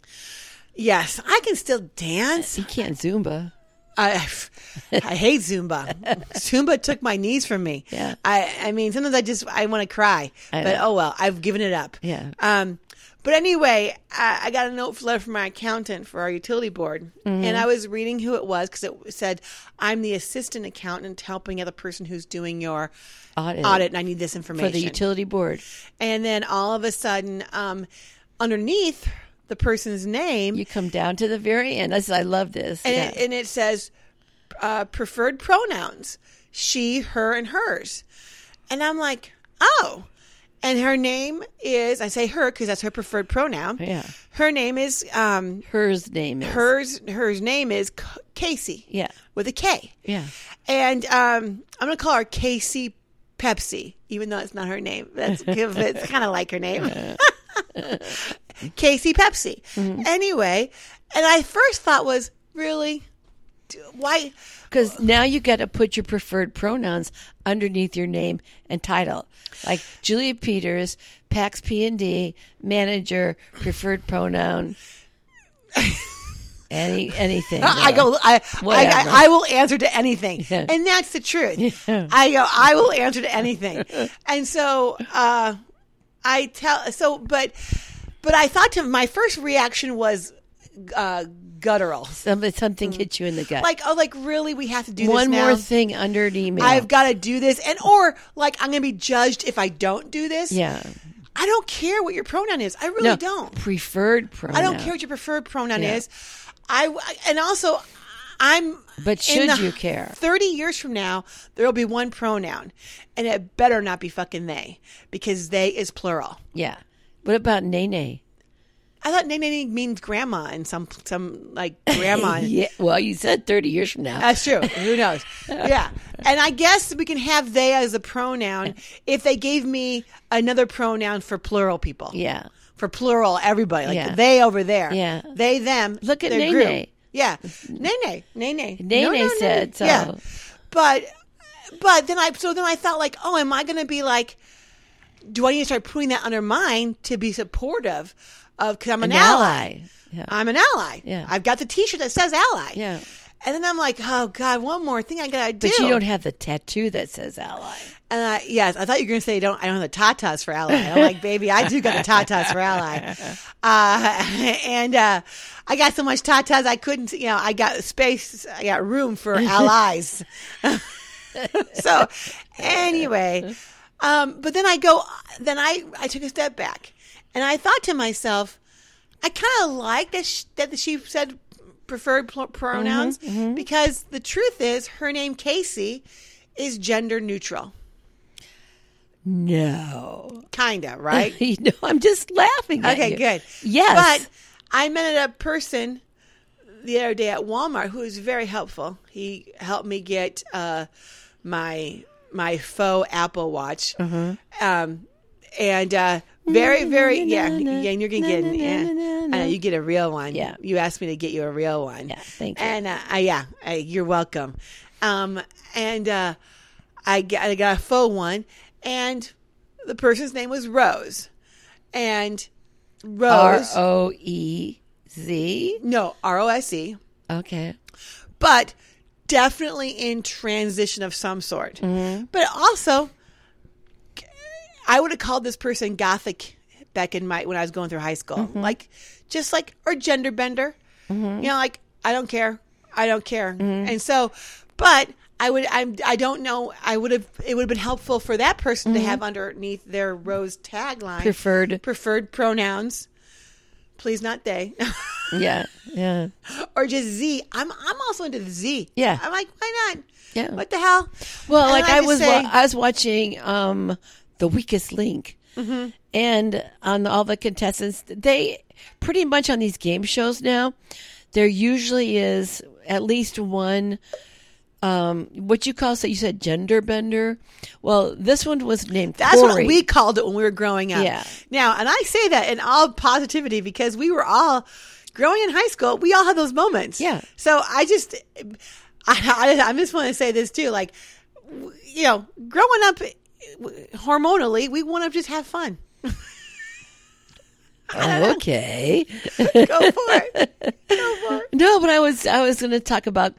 [SPEAKER 1] yes, I can still dance.
[SPEAKER 2] You can't Zumba.
[SPEAKER 1] I, I hate Zumba. Zumba took my knees from me.
[SPEAKER 2] Yeah.
[SPEAKER 1] I, I mean, sometimes I just I want to cry,
[SPEAKER 2] I
[SPEAKER 1] but
[SPEAKER 2] know.
[SPEAKER 1] oh well, I've given it up.
[SPEAKER 2] Yeah.
[SPEAKER 1] Um, But anyway, I, I got a note letter from my accountant for our utility board,
[SPEAKER 2] Mm-hmm.
[SPEAKER 1] and I was reading who it was because it said, "I'm the assistant accountant helping other person who's doing your
[SPEAKER 2] Audit.
[SPEAKER 1] audit, and I need this
[SPEAKER 2] for
[SPEAKER 1] information
[SPEAKER 2] the utility board.
[SPEAKER 1] And then all of a sudden, um, underneath the person's name,
[SPEAKER 2] You come down to the very end. I said, I love this.
[SPEAKER 1] and,
[SPEAKER 2] yeah.
[SPEAKER 1] it, and it says uh, preferred pronouns she her and hers and i'm like oh and her name is i say her because that's her preferred pronoun
[SPEAKER 2] Yeah.
[SPEAKER 1] her name is um
[SPEAKER 2] Hers name is.
[SPEAKER 1] hers hers name is C- casey
[SPEAKER 2] Yeah.
[SPEAKER 1] with a k
[SPEAKER 2] Yeah.
[SPEAKER 1] and um i'm gonna call her casey pepsi even though it's not her name that's it's kind of like her name Casey Pepsi.
[SPEAKER 2] Mm-hmm.
[SPEAKER 1] Anyway, and I first thought was really D- why
[SPEAKER 2] Because now you got to put your preferred pronouns underneath your name and title, like Julia Peters, Pax P and D, manager, preferred pronoun, any anything.
[SPEAKER 1] I
[SPEAKER 2] there.
[SPEAKER 1] go I, I,
[SPEAKER 2] Whatever.
[SPEAKER 1] I I will answer to anything,
[SPEAKER 2] Yeah.
[SPEAKER 1] and that's the truth. I go I will answer to anything, and so uh, I tell so but but I thought to my first reaction was uh, guttural,
[SPEAKER 2] Some, something hit you in the gut.
[SPEAKER 1] like oh like really we have to do
[SPEAKER 2] one
[SPEAKER 1] this now?
[SPEAKER 2] more thing under an email.
[SPEAKER 1] I've got to do this, and or like I'm going to be judged if I don't do this.
[SPEAKER 2] yeah.
[SPEAKER 1] I don't care what your pronoun is. I really
[SPEAKER 2] No,
[SPEAKER 1] don't.
[SPEAKER 2] preferred pronoun.
[SPEAKER 1] I don't care what your preferred pronoun
[SPEAKER 2] Yeah.
[SPEAKER 1] is. I and also I'm.
[SPEAKER 2] But
[SPEAKER 1] in
[SPEAKER 2] should you care?
[SPEAKER 1] Thirty years from now, there will be one pronoun, and it better not be fucking they because they is plural.
[SPEAKER 2] Yeah. What about Nene?
[SPEAKER 1] I thought nene means grandma and some some like grandma.
[SPEAKER 2] Yeah. Well, you said thirty years from now.
[SPEAKER 1] That's true. Who knows? Yeah. And I guess we can have they as a pronoun if they gave me another pronoun for plural people.
[SPEAKER 2] yeah.
[SPEAKER 1] for plural everybody, like
[SPEAKER 2] Yeah.
[SPEAKER 1] they over there.
[SPEAKER 2] Yeah.
[SPEAKER 1] They, them.
[SPEAKER 2] Look at
[SPEAKER 1] their
[SPEAKER 2] Nene.
[SPEAKER 1] group. Yeah. Nene. Nene.
[SPEAKER 2] Nene said so.
[SPEAKER 1] Yeah. But, but then I, so then I thought like, oh, am I going to be like, do I need to start putting that under mine to be supportive of, cause I'm an,
[SPEAKER 2] An
[SPEAKER 1] ally.
[SPEAKER 2] ally. Yeah.
[SPEAKER 1] I'm an ally.
[SPEAKER 2] Yeah.
[SPEAKER 1] I've got the t-shirt that says ally.
[SPEAKER 2] Yeah.
[SPEAKER 1] And then I'm like, oh God, one more thing I gotta do.
[SPEAKER 2] But you don't have the tattoo that says ally.
[SPEAKER 1] And I, yes, I thought you were going to say don't. I don't have the tatas for ally. I'm like, baby, I do got the tatas for ally. Uh, and uh, I got so much tatas, I couldn't. You know, I got space. I got room for allies. so, anyway, um, but then I go. Then I I took a step back, and I thought to myself, I kind of like that she, that she said preferred pl- pronouns because the truth is her name Casey is gender neutral.
[SPEAKER 2] No.
[SPEAKER 1] Kinda, right?
[SPEAKER 2] you know, I'm just laughing. at
[SPEAKER 1] okay,
[SPEAKER 2] you.
[SPEAKER 1] good.
[SPEAKER 2] Yes.
[SPEAKER 1] But I met a person the other day at Walmart who was very helpful. He helped me get uh, my my faux Apple Watch.
[SPEAKER 2] Uh-huh.
[SPEAKER 1] Um, and uh, very, very, yeah, yeah, and you're gonna get, an, yeah, I know, you get a real one.
[SPEAKER 2] Yeah.
[SPEAKER 1] you asked me to get you a real one.
[SPEAKER 2] Yeah, thank you.
[SPEAKER 1] And uh, I, yeah, I, you're welcome. Um, and uh, I, got, I got a faux one, and the person's name was Rose, and
[SPEAKER 2] R
[SPEAKER 1] Rose.
[SPEAKER 2] O E Z.
[SPEAKER 1] no, R O S E,
[SPEAKER 2] Okay.
[SPEAKER 1] but definitely in transition of some sort.
[SPEAKER 2] Mm-hmm.
[SPEAKER 1] But also, I would have called this person gothic back in my when I was going through high school,
[SPEAKER 2] Mm-hmm.
[SPEAKER 1] like just like or gender bender. You know, like I don't care, I don't care,
[SPEAKER 2] Mm-hmm.
[SPEAKER 1] and so, but. I would. I'm. I don't know. I would have. It would have been helpful for that person
[SPEAKER 2] Mm-hmm.
[SPEAKER 1] to have underneath their rose tagline
[SPEAKER 2] Preferred.
[SPEAKER 1] preferred pronouns. Please not they.
[SPEAKER 2] Yeah. Yeah.
[SPEAKER 1] or just Z. I'm I'm also into the Z.
[SPEAKER 2] Yeah.
[SPEAKER 1] I'm like, why not?
[SPEAKER 2] Yeah.
[SPEAKER 1] What the hell?
[SPEAKER 2] Well,
[SPEAKER 1] And
[SPEAKER 2] like I
[SPEAKER 1] just
[SPEAKER 2] was,
[SPEAKER 1] say,
[SPEAKER 2] wa- I was watching um, the Weakest Link,
[SPEAKER 1] Mm-hmm.
[SPEAKER 2] and on all the contestants, they pretty much on these game shows now, there usually is at least one. Um, what you call so you said gender bender? Well, this one was named
[SPEAKER 1] that's
[SPEAKER 2] Corey.
[SPEAKER 1] what we called it when we were growing up.
[SPEAKER 2] Yeah.
[SPEAKER 1] Now, and I say that in all positivity because we were all growing in high school. We all had those moments.
[SPEAKER 2] Yeah.
[SPEAKER 1] So I just, I, I, I just want to say this too. Like, w- you know, growing up w- hormonally, we want to just have fun.
[SPEAKER 2] okay.
[SPEAKER 1] Go for it.
[SPEAKER 2] No, but I was I was going to talk about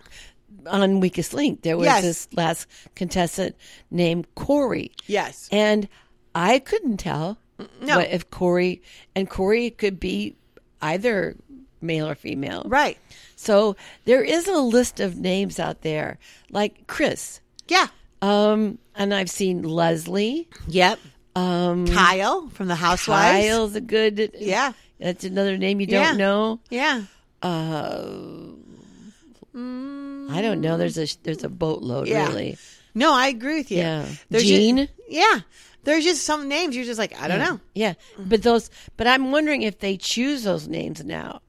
[SPEAKER 2] on Weakest Link. There was
[SPEAKER 1] Yes.
[SPEAKER 2] this last contestant named Corey,
[SPEAKER 1] Yes.
[SPEAKER 2] and I couldn't tell
[SPEAKER 1] No.
[SPEAKER 2] What if Corey and Corey could be either male or female,
[SPEAKER 1] Right.
[SPEAKER 2] So there is a list of names out there, like Chris,
[SPEAKER 1] Yeah.
[SPEAKER 2] um, and I've seen Leslie.
[SPEAKER 1] Yep. Um, Kyle from the Housewives.
[SPEAKER 2] Kyle's a good.
[SPEAKER 1] Yeah.
[SPEAKER 2] that's another name you don't
[SPEAKER 1] Yeah.
[SPEAKER 2] know.
[SPEAKER 1] Yeah.
[SPEAKER 2] I don't know. There's a there's a boatload
[SPEAKER 1] Yeah.
[SPEAKER 2] really.
[SPEAKER 1] No, I agree with you.
[SPEAKER 2] Yeah.
[SPEAKER 1] There's
[SPEAKER 2] Jean?
[SPEAKER 1] ju- yeah. There's just some names you're just like, I don't know.
[SPEAKER 2] Yeah, but those. But I'm wondering if they choose those names now.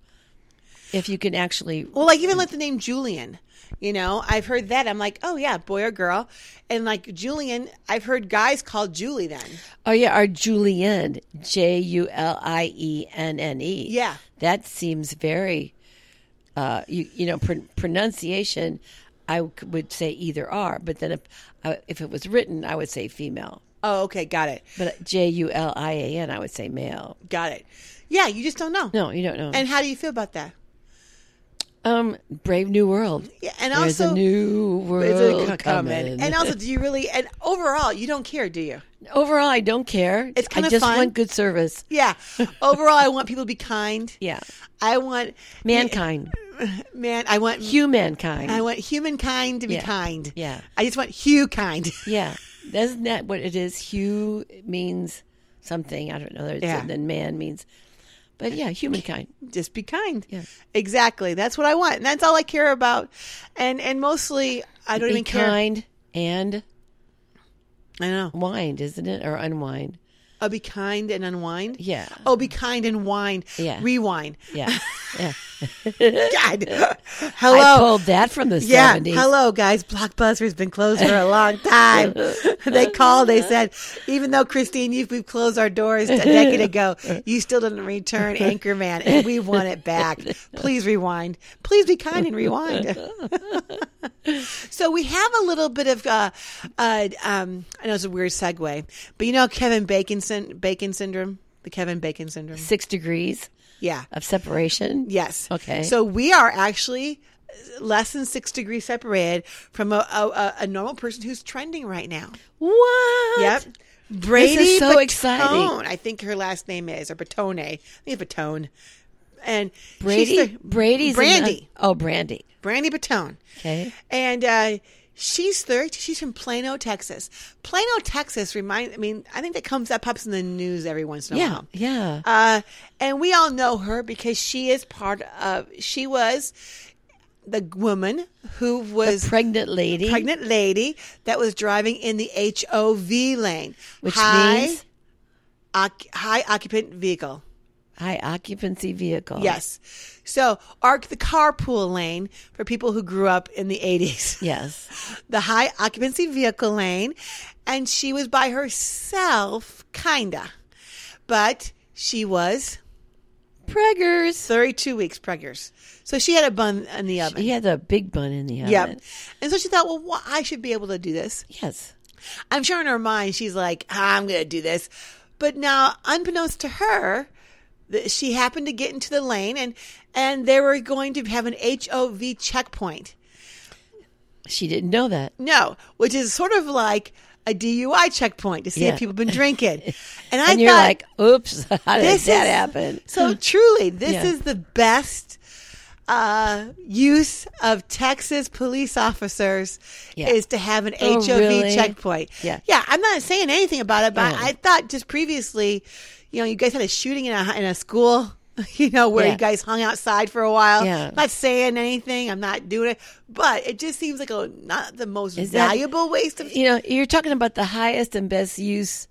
[SPEAKER 2] If you can actually,
[SPEAKER 1] Well, like even like the name Julian, you know, I've heard that. I'm like, oh yeah, boy or girl, and like Julian, I've heard guys called Julie. Then
[SPEAKER 2] oh yeah, our Julienne, J U L I E N N E.
[SPEAKER 1] Yeah.
[SPEAKER 2] that seems very, uh, you you know, pr- pronunciation. I w- would say either are, but then if uh, if it was written, I would say female.
[SPEAKER 1] oh, okay, got it,
[SPEAKER 2] But uh, J U L I A N, I would say male.
[SPEAKER 1] got it. Yeah, you just don't know.
[SPEAKER 2] No, you don't know.
[SPEAKER 1] And how do you feel about that?
[SPEAKER 2] um, Brave New World.
[SPEAKER 1] Yeah, and
[SPEAKER 2] There's
[SPEAKER 1] also
[SPEAKER 2] a new world
[SPEAKER 1] Is it co-
[SPEAKER 2] coming.
[SPEAKER 1] And also, do you really? And overall, you don't care, do you?
[SPEAKER 2] Overall, I don't care.
[SPEAKER 1] It's kinda
[SPEAKER 2] I just
[SPEAKER 1] fun.
[SPEAKER 2] want good service.
[SPEAKER 1] Yeah. overall, I want people to be kind.
[SPEAKER 2] Yeah,
[SPEAKER 1] I want
[SPEAKER 2] mankind,
[SPEAKER 1] man. I want
[SPEAKER 2] humankind.
[SPEAKER 1] I want humankind to be
[SPEAKER 2] Mm. Yeah.
[SPEAKER 1] kind.
[SPEAKER 2] Yeah.
[SPEAKER 1] I just want Hugh kind.
[SPEAKER 2] yeah, isn't that what it is? Hue means something. I don't know. There's
[SPEAKER 1] Yeah.
[SPEAKER 2] Then man means, but yeah, humankind.
[SPEAKER 1] just be kind.
[SPEAKER 2] Yeah.
[SPEAKER 1] Exactly. That's what I want. And that's all I care about. And and mostly I don't
[SPEAKER 2] Be
[SPEAKER 1] even
[SPEAKER 2] kind and
[SPEAKER 1] care. I know.
[SPEAKER 2] wind, isn't it, or unwind?
[SPEAKER 1] Oh, be kind and unwind.
[SPEAKER 2] Yeah.
[SPEAKER 1] Oh, be kind and wind.
[SPEAKER 2] Yeah.
[SPEAKER 1] Rewind.
[SPEAKER 2] Yeah, yeah.
[SPEAKER 1] God.
[SPEAKER 2] I
[SPEAKER 1] Hello.
[SPEAKER 2] pulled that from the
[SPEAKER 1] Yeah.
[SPEAKER 2] seventies.
[SPEAKER 1] Hello, guys. Blockbuster's been closed for a long time. they called. They said, even though Christine, you we've closed our doors a decade ago, you still didn't return Anchorman, and we want it back. Please rewind. Please be kind and rewind. So we have a little bit of, uh, uh, um, I know it's a weird segue, but you know Kevin Bacon, syn- Bacon syndrome, the Kevin Bacon syndrome.
[SPEAKER 2] Six degrees
[SPEAKER 1] Yeah.
[SPEAKER 2] of separation.
[SPEAKER 1] Yes.
[SPEAKER 2] Okay.
[SPEAKER 1] So we are actually uh, less than six degrees separated from a, a, a- a normal person who's trending right now.
[SPEAKER 2] What?
[SPEAKER 1] Yep. Brady
[SPEAKER 2] so
[SPEAKER 1] Patone,
[SPEAKER 2] exciting.
[SPEAKER 1] I think her last name is, or Patone. I think it's Patone. And she's
[SPEAKER 2] Brady.
[SPEAKER 1] the-
[SPEAKER 2] Brady's in the-
[SPEAKER 1] Brandy.
[SPEAKER 2] oh, Brandy.
[SPEAKER 1] Brandy Patone.
[SPEAKER 2] Okay.
[SPEAKER 1] And uh, she's 30. She's from Plano, Texas. Plano, Texas remind I mean, I think that comes that pops in the news every once in a
[SPEAKER 2] Yeah.
[SPEAKER 1] while.
[SPEAKER 2] Yeah.
[SPEAKER 1] Uh, and we all know her because she is part of, she was the woman who was
[SPEAKER 2] pregnant lady.
[SPEAKER 1] pregnant lady that was driving in the HOV lane.
[SPEAKER 2] Which
[SPEAKER 1] high,
[SPEAKER 2] means-
[SPEAKER 1] oc- high occupant vehicle.
[SPEAKER 2] High occupancy vehicle.
[SPEAKER 1] Yes. So, arc the carpool lane for people who grew up in the 80s.
[SPEAKER 2] Yes.
[SPEAKER 1] the high occupancy vehicle lane, and she was by herself, kinda. But she was
[SPEAKER 2] Preggers.
[SPEAKER 1] 32 weeks preggers. So she had a bun in the oven.
[SPEAKER 2] He had a big bun in the oven.
[SPEAKER 1] Yep. And so she thought, well, wh- I should be able to do this.
[SPEAKER 2] Yes.
[SPEAKER 1] I'm sure in her mind, she's like, "Ah, I'm going to do this. But now, unbeknownst to her, th- she happened to get into the lane and, and they were going to have an HOV checkpoint.
[SPEAKER 2] She didn't know that.
[SPEAKER 1] No, which is sort of like a DUI checkpoint to see
[SPEAKER 2] Yeah.
[SPEAKER 1] if people have been drinking. And I
[SPEAKER 2] and you're
[SPEAKER 1] thought,
[SPEAKER 2] like, oops, how did
[SPEAKER 1] this
[SPEAKER 2] Uh, that
[SPEAKER 1] is-
[SPEAKER 2] happen?
[SPEAKER 1] So truly, this
[SPEAKER 2] Yeah.
[SPEAKER 1] is the best uh, use of Texas police officers
[SPEAKER 2] Yeah.
[SPEAKER 1] is to have an
[SPEAKER 2] Oh,
[SPEAKER 1] HOV
[SPEAKER 2] really?
[SPEAKER 1] checkpoint.
[SPEAKER 2] Yeah. Oh.
[SPEAKER 1] yeah. I'm not saying anything about it, but
[SPEAKER 2] Yeah.
[SPEAKER 1] I thought just previously, you know, you guys had a shooting in a in a school. You know where
[SPEAKER 2] Yeah.
[SPEAKER 1] you guys hung outside for a while.
[SPEAKER 2] Yeah.
[SPEAKER 1] Not saying anything. I'm not doing it, but it just seems like a not the most
[SPEAKER 2] Is that-
[SPEAKER 1] valuable waste of
[SPEAKER 2] You know, you're talking about the highest and best use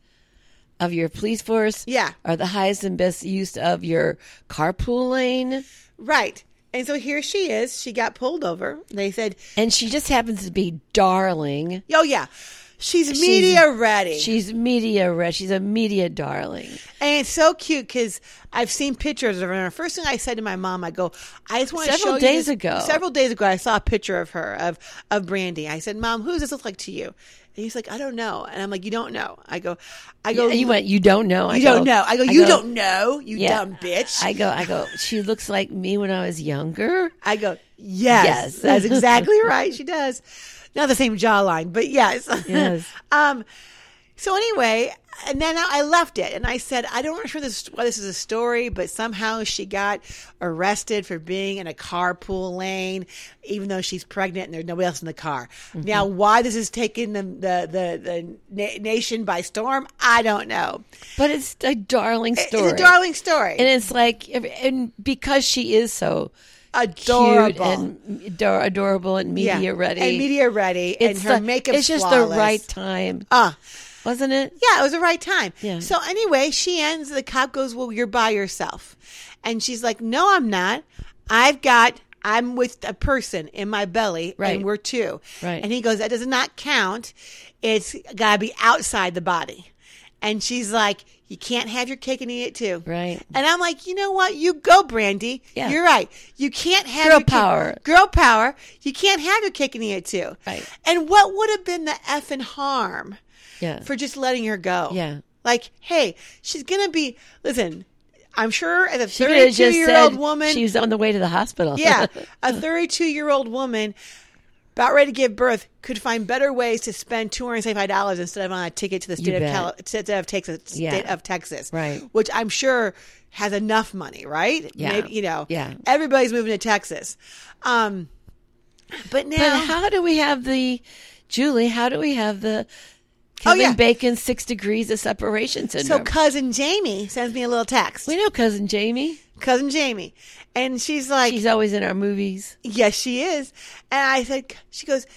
[SPEAKER 2] of your police force.
[SPEAKER 1] Yeah.
[SPEAKER 2] Or the highest and best use of your carpool lane.
[SPEAKER 1] right. And so here she is. She got pulled over. They said,
[SPEAKER 2] And she just happens to be darling.
[SPEAKER 1] "Oh yeah, she's media ready."
[SPEAKER 2] She's media re- She's a media darling.
[SPEAKER 1] And it's so cute because I've seen pictures of her. And the first thing I said to my mom, I go, I just want to
[SPEAKER 2] Several
[SPEAKER 1] show you
[SPEAKER 2] days
[SPEAKER 1] this-
[SPEAKER 2] ago.
[SPEAKER 1] Several days ago, I saw a picture of her of of Brandy. I said, Mom, who does this look like to you? And he's like, I don't know. And I'm like, You don't know. I go, I go,
[SPEAKER 2] And you went, you don't know. I
[SPEAKER 1] you
[SPEAKER 2] go,
[SPEAKER 1] don't know. I go, you don't know, you
[SPEAKER 2] Yeah.
[SPEAKER 1] dumb bitch.
[SPEAKER 2] I go, I go, she looks like me when I was younger.
[SPEAKER 1] I go, yes,
[SPEAKER 2] Yes.
[SPEAKER 1] that's exactly right. She does. Not the same jawline, but yes.
[SPEAKER 2] Yes.
[SPEAKER 1] um, So anyway, and then I left it, and I said, I don't know sure this why this is a story, but somehow she got arrested for being in a carpool lane, even though she's pregnant and there's nobody else in the car.
[SPEAKER 2] Mm-hmm.
[SPEAKER 1] Now, why this is taking the the the, the na- nation by storm, I don't know.
[SPEAKER 2] But it's a darling story.
[SPEAKER 1] It's a darling story,
[SPEAKER 2] And it's like, and because she is so
[SPEAKER 1] adorable.
[SPEAKER 2] cute and ador- adorable and media ready,
[SPEAKER 1] and media ready,
[SPEAKER 2] it's
[SPEAKER 1] and her
[SPEAKER 2] the-
[SPEAKER 1] makeup.
[SPEAKER 2] It's just the right time,
[SPEAKER 1] Ah,
[SPEAKER 2] wasn't it?
[SPEAKER 1] Yeah, it was the right time.
[SPEAKER 2] Yeah.
[SPEAKER 1] So anyway, she ends. The cop goes, "Well, you're by yourself," and she's like, "No, I'm not. I've got." I'm with a person in my belly,
[SPEAKER 2] Right.
[SPEAKER 1] and we're two.
[SPEAKER 2] Right.
[SPEAKER 1] And he goes, "That does not count. It's got to be outside the body." And she's like, "You can't have your cake and eat it too."
[SPEAKER 2] Right.
[SPEAKER 1] And I'm like, "You know what? You go, Brandy.
[SPEAKER 2] Yeah.
[SPEAKER 1] You're right. You can't have
[SPEAKER 2] Girl
[SPEAKER 1] your cake-
[SPEAKER 2] power.
[SPEAKER 1] girl power. You can't have your cake and eat it too."
[SPEAKER 2] Right.
[SPEAKER 1] And what would have been the effing harm?
[SPEAKER 2] Yeah.
[SPEAKER 1] for just letting her go.
[SPEAKER 2] Yeah.
[SPEAKER 1] Like, hey, she's gonna be. Listen, I'm sure as a
[SPEAKER 2] She could have
[SPEAKER 1] 32
[SPEAKER 2] just
[SPEAKER 1] year old
[SPEAKER 2] said
[SPEAKER 1] woman,
[SPEAKER 2] she was on the way to the hospital.
[SPEAKER 1] yeah, a 32 year old woman about ready to give birth could find better ways to spend $275 instead of on a ticket to the state of
[SPEAKER 2] bet.
[SPEAKER 1] Cali- instead of Texas,
[SPEAKER 2] Yeah.
[SPEAKER 1] state of Texas,
[SPEAKER 2] Right.
[SPEAKER 1] Which I'm sure has enough money, right?
[SPEAKER 2] Yeah.
[SPEAKER 1] you know,
[SPEAKER 2] Yeah.
[SPEAKER 1] Everybody's moving to Texas, um, but now.
[SPEAKER 2] But how do we have the Julie? How do we have the
[SPEAKER 1] Oh,
[SPEAKER 2] Kevin
[SPEAKER 1] yeah.
[SPEAKER 2] Bacon six degrees of separation syndrome?
[SPEAKER 1] so cousin Jamie sends me a little text.
[SPEAKER 2] we know cousin Jamie.
[SPEAKER 1] Cousin Jamie, and she's like,
[SPEAKER 2] She's always in our movies.
[SPEAKER 1] Yes, she is. And I said, she goes,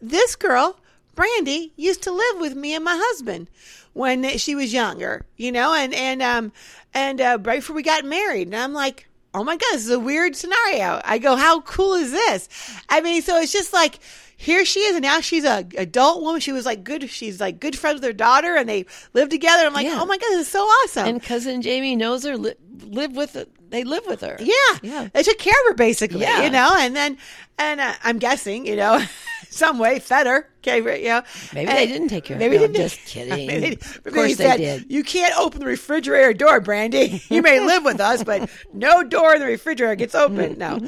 [SPEAKER 1] this girl, Brandy, used to live with me and my husband when she was younger, you know, and, and, um, and, uh, right before we got married. And I'm like, oh my God, this is a weird scenario. I go, how cool is this? I mean, so it's just like, here she is, and now she's a adult woman. She was like good. She's like good friends with her daughter, and they live together. I'm like,
[SPEAKER 2] Yeah.
[SPEAKER 1] oh my god, this is so awesome.
[SPEAKER 2] And cousin Jamie knows her. Li- live with. They live with her.
[SPEAKER 1] Yeah.
[SPEAKER 2] Yeah.
[SPEAKER 1] They took care of her basically,
[SPEAKER 2] Yeah.
[SPEAKER 1] you know, and then, and uh, I'm guessing, you know, some way fed her. Okay. but, You know,
[SPEAKER 2] Maybe
[SPEAKER 1] And-
[SPEAKER 2] they didn't take care of
[SPEAKER 1] Maybe
[SPEAKER 2] her.
[SPEAKER 1] they
[SPEAKER 2] No,
[SPEAKER 1] didn't.
[SPEAKER 2] just kidding.
[SPEAKER 1] Maybe they-
[SPEAKER 2] of
[SPEAKER 1] maybe
[SPEAKER 2] course
[SPEAKER 1] he
[SPEAKER 2] they
[SPEAKER 1] said,
[SPEAKER 2] did.
[SPEAKER 1] You can't open the refrigerator door, Brandy. You may live with us, but no door in the refrigerator gets open. No.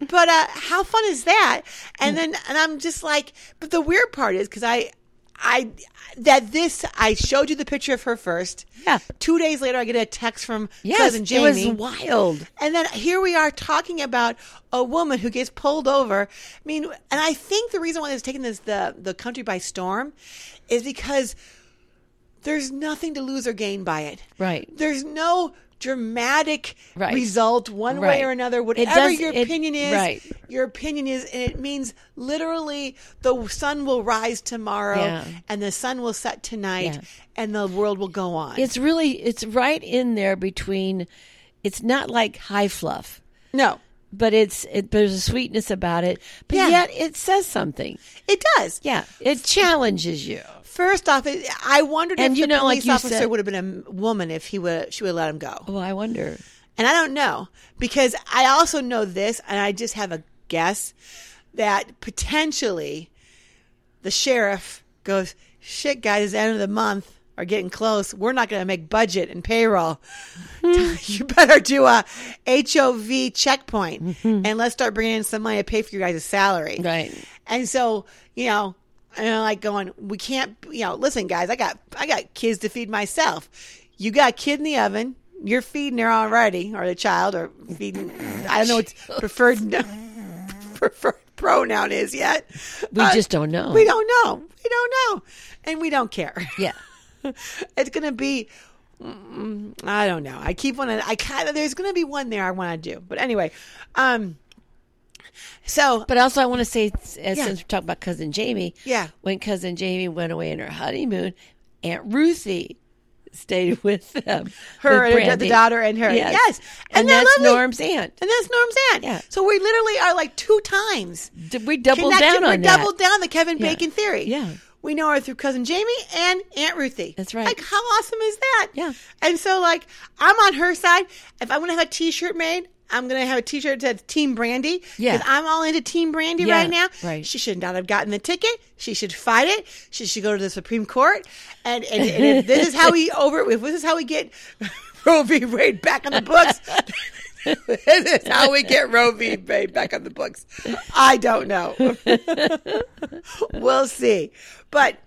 [SPEAKER 1] But uh, how fun is that?
[SPEAKER 2] Mm.
[SPEAKER 1] And then, and I'm just like, but the weird part is because I, I, that this, I showed you the picture of her first.
[SPEAKER 2] Yeah.
[SPEAKER 1] Two days later, I get a text from
[SPEAKER 2] Yes,
[SPEAKER 1] cousin
[SPEAKER 2] it
[SPEAKER 1] Jamie.
[SPEAKER 2] was wild.
[SPEAKER 1] And then here we are talking about a woman who gets pulled over. I mean, and I think the reason why it's taking this the the country by storm is because there's nothing to lose or gain by it.
[SPEAKER 2] Right.
[SPEAKER 1] There's no dramatic
[SPEAKER 2] Right.
[SPEAKER 1] result one way
[SPEAKER 2] Right.
[SPEAKER 1] or another.
[SPEAKER 2] It
[SPEAKER 1] Whatever
[SPEAKER 2] does-
[SPEAKER 1] your
[SPEAKER 2] it-
[SPEAKER 1] opinion is,
[SPEAKER 2] right.
[SPEAKER 1] your opinion is, and it means literally the sun will rise tomorrow
[SPEAKER 2] Yeah.
[SPEAKER 1] and the sun will set tonight
[SPEAKER 2] Yeah.
[SPEAKER 1] and the world will go on.
[SPEAKER 2] It's really. It's right in there between. It's not like high fluff.
[SPEAKER 1] no,
[SPEAKER 2] but it's it, there's a sweetness about it. But
[SPEAKER 1] Yeah.
[SPEAKER 2] yet it says something.
[SPEAKER 1] it does.
[SPEAKER 2] Yeah, it challenges you.
[SPEAKER 1] First off, it- I wondered
[SPEAKER 2] And
[SPEAKER 1] if
[SPEAKER 2] you
[SPEAKER 1] the
[SPEAKER 2] know, like
[SPEAKER 1] police
[SPEAKER 2] you
[SPEAKER 1] officer
[SPEAKER 2] said-
[SPEAKER 1] would have been a woman if he would she would have let him go.
[SPEAKER 2] Oh, I wonder.
[SPEAKER 1] And I don't know because I also know this, and I just have a guess that potentially the sheriff goes, "Shit, guys, it's the end of the month." Are getting close. We're not going to make budget and payroll. you better do a HOV checkpoint and let's start bringing in some money to pay for your guys' salary.
[SPEAKER 2] Mm-hmm. Right.
[SPEAKER 1] And so, you know, and I'm like going, we can't, you know, listen, guys, I got, I got kids to feed myself. You got a kid in the oven. You're feeding her already, or the child, or feeding. I don't know what preferred preferred pronoun is yet. Uh,
[SPEAKER 2] We just don't know.
[SPEAKER 1] We don't know. We don't know, and we don't care.
[SPEAKER 2] Yeah.
[SPEAKER 1] it's gonna be. mm, I don't know. I keep wanting. I kind of. There's gonna be one there I want to do, but anyway. Um. So
[SPEAKER 2] But also, I want to say, s- as
[SPEAKER 1] Yeah.
[SPEAKER 2] since we're talking about cousin Jamie,
[SPEAKER 1] Yeah.
[SPEAKER 2] when cousin Jamie went away on her honeymoon, Aunt Ruthie stayed with them,
[SPEAKER 1] Her and her-
[SPEAKER 2] with
[SPEAKER 1] the
[SPEAKER 2] Brandy.
[SPEAKER 1] daughter and her. Yes.
[SPEAKER 2] and,
[SPEAKER 1] And they're
[SPEAKER 2] that's
[SPEAKER 1] lovely.
[SPEAKER 2] Norm's aunt.
[SPEAKER 1] And that's Norm's aunt.
[SPEAKER 2] Yeah.
[SPEAKER 1] So we literally are like two times.
[SPEAKER 2] D- We doubled
[SPEAKER 1] connected.
[SPEAKER 2] down
[SPEAKER 1] We're
[SPEAKER 2] on that.
[SPEAKER 1] doubled down the Kevin
[SPEAKER 2] Yeah.
[SPEAKER 1] Bacon theory.
[SPEAKER 2] Yeah.
[SPEAKER 1] We know her through cousin Jamie and Aunt Ruthie.
[SPEAKER 2] That's right.
[SPEAKER 1] Like how awesome is that?
[SPEAKER 2] Yeah.
[SPEAKER 1] And so like I'm on her side. If I'm gonna have a T-shirt made. I'm gonna have a T-shirt that says Team Brandy
[SPEAKER 2] Yeah.
[SPEAKER 1] I'm all into Team Brandy
[SPEAKER 2] Yeah,
[SPEAKER 1] right now.
[SPEAKER 2] right.
[SPEAKER 1] She should not have gotten the ticket. She should fight it. She should go to the Supreme Court. And, and, and if this is how we over, if this is how we get Roe v. Wade back on the books, this is how we get Roe v. Wade back on the books. I don't know. we'll see. But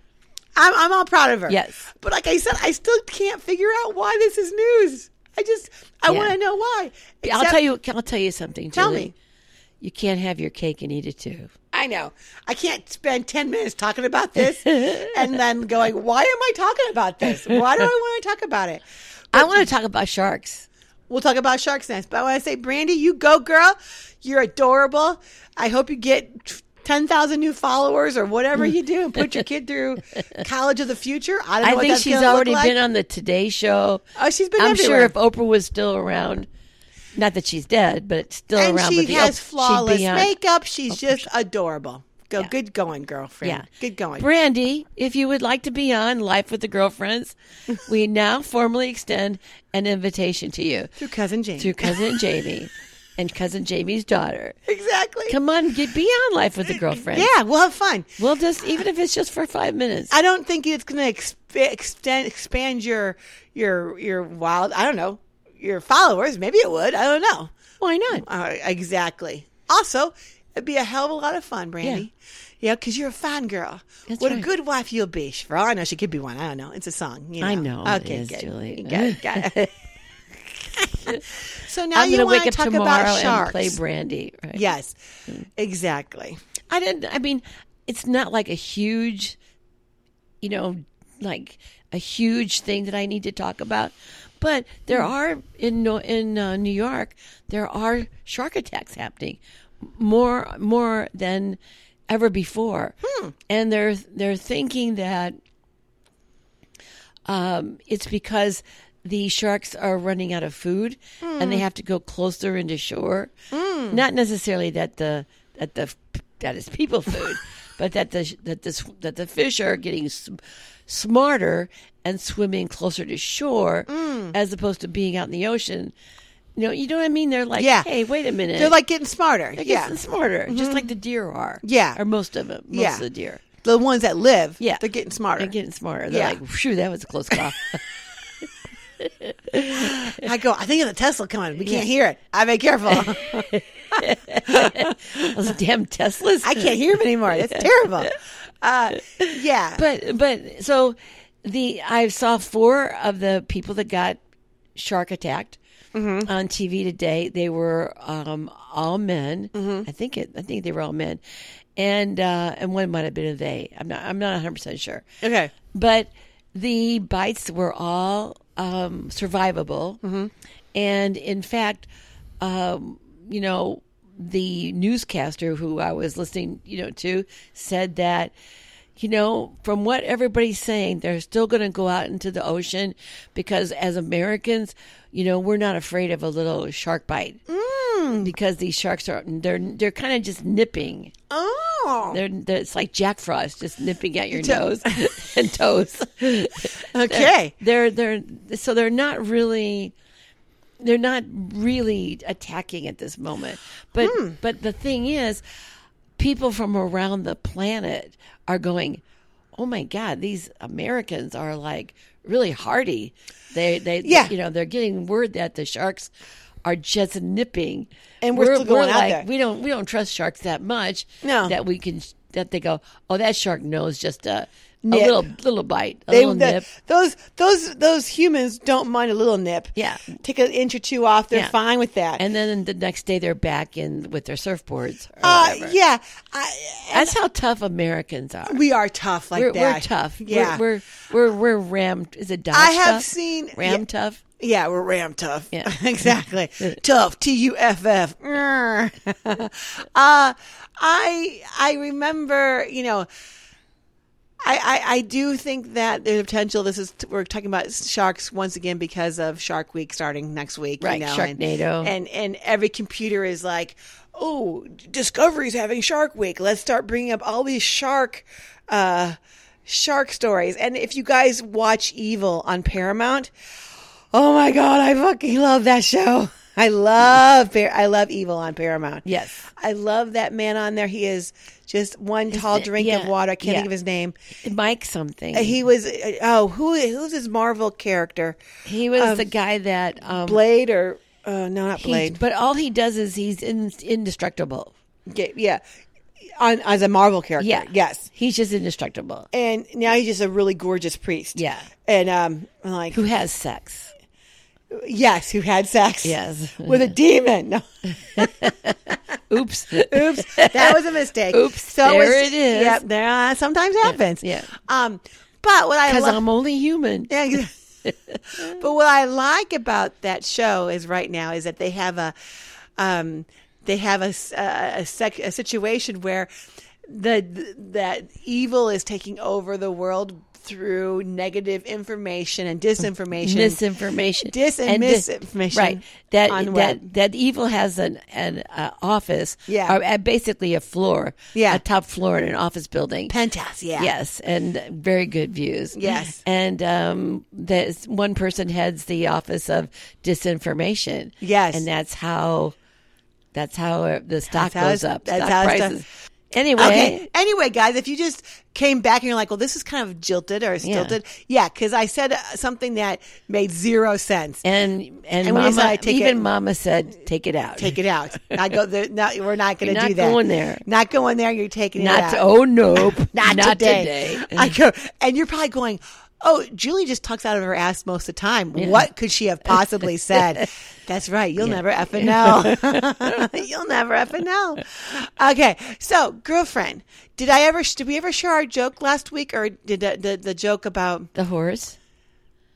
[SPEAKER 1] I'm, I'm all proud of her.
[SPEAKER 2] Yes.
[SPEAKER 1] But like I said, I still can't figure out why this is news. I just, I
[SPEAKER 2] Yeah.
[SPEAKER 1] want to know why.
[SPEAKER 2] I'll
[SPEAKER 1] Except-
[SPEAKER 2] tell you. I'll tell you something.
[SPEAKER 1] Tell
[SPEAKER 2] Julie.
[SPEAKER 1] me.
[SPEAKER 2] You can't have your cake and eat it too.
[SPEAKER 1] I know. I can't spend 10 minutes talking about this and then going, why am I talking about this? Why do I want to talk about it?
[SPEAKER 2] I want to talk about sharks.
[SPEAKER 1] We'll talk about sharks next. But I want to say, Brandy, you go, girl. You're adorable. I hope you get 10,000 new followers or whatever you do and put your kid through college of the future. I don't know
[SPEAKER 2] I
[SPEAKER 1] what
[SPEAKER 2] think
[SPEAKER 1] that's
[SPEAKER 2] she's
[SPEAKER 1] gonna look
[SPEAKER 2] already
[SPEAKER 1] like.
[SPEAKER 2] been on the Today Show.
[SPEAKER 1] Oh, she's been
[SPEAKER 2] I'm
[SPEAKER 1] everywhere.
[SPEAKER 2] sure if Oprah was still around, not that she's dead, but still
[SPEAKER 1] and
[SPEAKER 2] around.
[SPEAKER 1] she
[SPEAKER 2] but the Oprah-
[SPEAKER 1] has
[SPEAKER 2] she'd be
[SPEAKER 1] flawless
[SPEAKER 2] on-
[SPEAKER 1] makeup. She's just adorable. Go, good going, girlfriend.
[SPEAKER 2] Yeah.
[SPEAKER 1] Good going.
[SPEAKER 2] Brandy, if you would like to be on Life with the Girlfriends, we now formally extend an invitation to you
[SPEAKER 1] through cousin Jane.
[SPEAKER 2] through cousin Jamie and cousin Jamie's daughter.
[SPEAKER 1] exactly.
[SPEAKER 2] Come on, get be on Life with the Girlfriends.
[SPEAKER 1] yeah, we'll have fun.
[SPEAKER 2] We'll just even if it's just for five minutes.
[SPEAKER 1] I don't think it's going to exp- extend expand your your your wild. I don't know your followers. Maybe it would. I don't know.
[SPEAKER 2] Why not?
[SPEAKER 1] Uh, exactly. Also, it'd be a hell of a lot of fun, Brandy. Yeah, because you're a fine girl.
[SPEAKER 2] That's
[SPEAKER 1] what a
[SPEAKER 2] right.
[SPEAKER 1] good wife you'll be. For all I know, she could be one. I don't know. It's a song. You know.
[SPEAKER 2] I know it
[SPEAKER 1] Okay,
[SPEAKER 2] is,
[SPEAKER 1] good.
[SPEAKER 2] Julie.
[SPEAKER 1] You Got it. Got it. so now
[SPEAKER 2] I'm
[SPEAKER 1] you
[SPEAKER 2] gonna
[SPEAKER 1] want
[SPEAKER 2] wake
[SPEAKER 1] to
[SPEAKER 2] up
[SPEAKER 1] talk
[SPEAKER 2] tomorrow
[SPEAKER 1] about
[SPEAKER 2] and
[SPEAKER 1] sharks?
[SPEAKER 2] play Brandy. Right?
[SPEAKER 1] yes, exactly.
[SPEAKER 2] I didn't. I mean, it's not like a huge, you know, like a huge thing that I need to talk about. But there are in No- in uh, New York, there are shark attacks happening more more than ever before, and they're they're thinking that um, it's because the sharks are running out of food and
[SPEAKER 1] Hmm.
[SPEAKER 2] they have to go closer into shore. Not necessarily that the that the that is people food, but that the that this that the fish are getting s- smarter and swimming closer to shore
[SPEAKER 1] Hmm.
[SPEAKER 2] as opposed to being out in the ocean. You know, you know what I mean? They're like,
[SPEAKER 1] Yeah.
[SPEAKER 2] hey, wait a minute.
[SPEAKER 1] They're like getting smarter.
[SPEAKER 2] They're
[SPEAKER 1] yeah, Mm-hmm.
[SPEAKER 2] getting smarter, just like the deer are.
[SPEAKER 1] Yeah.
[SPEAKER 2] or most of them, most
[SPEAKER 1] Yeah.
[SPEAKER 2] of the deer.
[SPEAKER 1] the ones that live.
[SPEAKER 2] Yeah.
[SPEAKER 1] they're getting smarter.
[SPEAKER 2] They're getting smarter. They're
[SPEAKER 1] Yeah.
[SPEAKER 2] like, phew, that was a close call.
[SPEAKER 1] I go, I think it's a Tesla coming. We can't hear it. I be careful. I
[SPEAKER 2] Those damn Teslas.
[SPEAKER 1] can't hear him anymore. That's terrible. Uh, yeah.
[SPEAKER 2] but but so the I saw four of the people that got shark attacked
[SPEAKER 1] Mm-hmm.
[SPEAKER 2] on TV today. They were um, all men.
[SPEAKER 1] Mm-hmm.
[SPEAKER 2] I think it. I think they were all men, and uh, and one might have been a they. I'm not. I'm not 100 percent sure.
[SPEAKER 1] okay.
[SPEAKER 2] But the bites were all um, survivable,
[SPEAKER 1] Mm-hmm.
[SPEAKER 2] and in fact, um, you know, the newscaster who I was listening, you know, to said that, you know, from what everybody's saying, they're still going to go out into the ocean because as Americans, you know, we're not afraid of a little shark bite because these sharks are they're they're kind of just nipping.
[SPEAKER 1] Oh.
[SPEAKER 2] They're, they're it's like Jack Frost just nipping at your
[SPEAKER 1] To-
[SPEAKER 2] nose and toes.
[SPEAKER 1] Okay.
[SPEAKER 2] They're they're so they're not really they're not really attacking at this moment. But
[SPEAKER 1] Hmm.
[SPEAKER 2] but the thing is people from around the planet are going, "Oh my god, these Americans are like really hardy." They they
[SPEAKER 1] Yeah.
[SPEAKER 2] you know, they're getting word that the sharks are just nipping
[SPEAKER 1] And we're still going out
[SPEAKER 2] like,
[SPEAKER 1] there.
[SPEAKER 2] we don't we don't trust sharks that much
[SPEAKER 1] No.
[SPEAKER 2] that we can that they go oh that shark knows just a, a
[SPEAKER 1] Nip.
[SPEAKER 2] little little bite a
[SPEAKER 1] They,
[SPEAKER 2] little
[SPEAKER 1] the-
[SPEAKER 2] nip
[SPEAKER 1] those those those humans don't mind a little nip.
[SPEAKER 2] Yeah.
[SPEAKER 1] Take an inch or two off. They're
[SPEAKER 2] Yeah.
[SPEAKER 1] fine with that.
[SPEAKER 2] and then the next day they're back in with their surfboards or
[SPEAKER 1] uh,
[SPEAKER 2] whatever.
[SPEAKER 1] yeah, I,
[SPEAKER 2] that's how tough Americans are
[SPEAKER 1] we are tough like
[SPEAKER 2] we're,
[SPEAKER 1] that.
[SPEAKER 2] we're tough
[SPEAKER 1] Yeah.
[SPEAKER 2] we're we're we're, we're rammed is it Dodge
[SPEAKER 1] I have
[SPEAKER 2] tough?
[SPEAKER 1] seen-
[SPEAKER 2] ram
[SPEAKER 1] yeah.
[SPEAKER 2] tough
[SPEAKER 1] Yeah, we're ram tough.
[SPEAKER 2] Yeah.
[SPEAKER 1] exactly. tough. T U F F. uh, I I remember, you know, I, I I do think that there's a potential. This is we're talking about sharks once again because of Shark Week starting next week.
[SPEAKER 2] Right,
[SPEAKER 1] You know,
[SPEAKER 2] Sharknado.
[SPEAKER 1] And, and and every computer is like, oh, Discovery's having Shark Week. Let's start bringing up all these shark. Uh, Shark stories, and if you guys watch Evil on Paramount, Oh my god, I fucking love that show. I love Par- I love Evil on Paramount.
[SPEAKER 2] Yes.
[SPEAKER 1] I love that man on there. He is just one tall
[SPEAKER 2] it-
[SPEAKER 1] drink of
[SPEAKER 2] yeah,
[SPEAKER 1] water. I can't
[SPEAKER 2] yeah.
[SPEAKER 1] think of his name.
[SPEAKER 2] Mike something
[SPEAKER 1] He was uh, oh who who's his Marvel character?
[SPEAKER 2] he was the guy that um
[SPEAKER 1] Blade or oh no not
[SPEAKER 2] he-
[SPEAKER 1] Blade.
[SPEAKER 2] but all he does is he's in, indestructible
[SPEAKER 1] Ga- yeah. on as a Marvel character.
[SPEAKER 2] Yeah.
[SPEAKER 1] Yes.
[SPEAKER 2] He's just indestructible.
[SPEAKER 1] And now he's just a really gorgeous priest.
[SPEAKER 2] Yeah.
[SPEAKER 1] And um, I'm like
[SPEAKER 2] Who has sex?
[SPEAKER 1] yes, who had sex?
[SPEAKER 2] Yes.
[SPEAKER 1] With a demon. No.
[SPEAKER 2] Oops.
[SPEAKER 1] Oops, that was a mistake.
[SPEAKER 2] Oops,
[SPEAKER 1] was-
[SPEAKER 2] there it is.
[SPEAKER 1] Yep, there uh, sometimes happens.
[SPEAKER 2] yeah.
[SPEAKER 1] Um, but what I
[SPEAKER 2] Because
[SPEAKER 1] love,
[SPEAKER 2] I'm only human.
[SPEAKER 1] Yeah, exa- but what I like about that show is right now is that they have a, um, they have a s- a, a sec, a situation where the th- that evil is taking over the world through negative information and disinformation.
[SPEAKER 2] misinformation,
[SPEAKER 1] Dis and
[SPEAKER 2] dis-
[SPEAKER 1] misinformation
[SPEAKER 2] right? That
[SPEAKER 1] on
[SPEAKER 2] that
[SPEAKER 1] web.
[SPEAKER 2] that evil has an an uh, office,
[SPEAKER 1] Yeah.
[SPEAKER 2] or, uh, basically a floor,
[SPEAKER 1] Yeah.
[SPEAKER 2] a top floor in an office building.
[SPEAKER 1] Penthouse, yeah,
[SPEAKER 2] Yes, and very good views.
[SPEAKER 1] Yes.
[SPEAKER 2] and um, there's one person heads the office of disinformation.
[SPEAKER 1] Yes.
[SPEAKER 2] and that's how that's how uh, the stock
[SPEAKER 1] how
[SPEAKER 2] goes
[SPEAKER 1] it's-
[SPEAKER 2] up.
[SPEAKER 1] that's
[SPEAKER 2] stock
[SPEAKER 1] how it's done.
[SPEAKER 2] prices. Anyway,
[SPEAKER 1] Okay. Anyway, guys, if you just came back and you're like, well, this is kind of jilted or stilted. Yeah, because I said uh, something that made zero sense.
[SPEAKER 2] and
[SPEAKER 1] And
[SPEAKER 2] and,
[SPEAKER 1] we
[SPEAKER 2] Mama,
[SPEAKER 1] decided to take
[SPEAKER 2] even
[SPEAKER 1] it-
[SPEAKER 2] Mama said, "Take it out.
[SPEAKER 1] Take it out. Not go there. No, we're not going to
[SPEAKER 2] You're
[SPEAKER 1] do
[SPEAKER 2] not
[SPEAKER 1] that.
[SPEAKER 2] going there.
[SPEAKER 1] Not going there. You're taking it
[SPEAKER 2] Not
[SPEAKER 1] out.
[SPEAKER 2] to- oh nope,
[SPEAKER 1] not, today. Uh,
[SPEAKER 2] today.
[SPEAKER 1] I go, and you're probably going, oh, Julie just talks out of her ass most of the time. What could she have possibly said? That's right. You'll never effing know. you'll never effing know. Okay, so girlfriend, did I ever? Did we ever share our joke last week, or did the, the, the joke about?
[SPEAKER 2] The horse.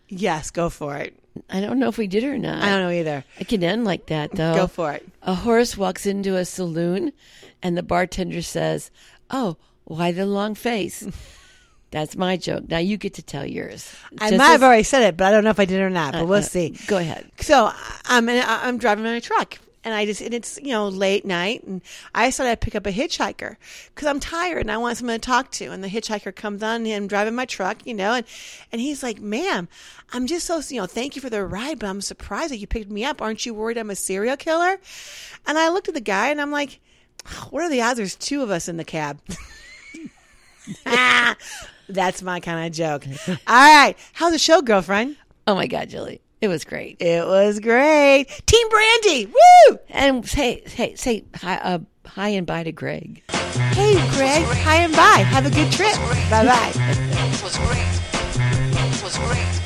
[SPEAKER 1] Yes, go for it.
[SPEAKER 2] I don't know if we did or not.
[SPEAKER 1] I don't know either.
[SPEAKER 2] It can end like that though.
[SPEAKER 1] Go for it.
[SPEAKER 2] A horse walks into a saloon, and the bartender says, "Oh, why the long face?" That's my joke. Now you get to tell yours.
[SPEAKER 1] I
[SPEAKER 2] Just
[SPEAKER 1] might have
[SPEAKER 2] as-
[SPEAKER 1] already said it, but I don't know if I did or not. But we'll
[SPEAKER 2] uh,
[SPEAKER 1] see.
[SPEAKER 2] Go ahead.
[SPEAKER 1] So I'm in, I'm driving my truck, and I just and it's you know late night, and I decided I'd pick up a hitchhiker because I'm tired and I want someone to talk to. And the hitchhiker comes on, and I'm driving my truck, you know, and and he's like, "Ma'am, I'm just so you know, thank you for the ride, but I'm surprised that you picked me up. Aren't you worried I'm a serial killer?" And I looked at the guy, and I'm like, "What are the odds? There's two of us in the cab." Ah, that's my kind of joke. All right, how's the show, girlfriend?
[SPEAKER 2] Oh my God, Julie, it was great.
[SPEAKER 1] It was great. Team Brandy, woo!
[SPEAKER 2] And say hey, say hi, uh, hi and bye to Greg.
[SPEAKER 1] Hey, Greg, hi and bye. Have a good trip. Bye bye.
[SPEAKER 4] was great. was great.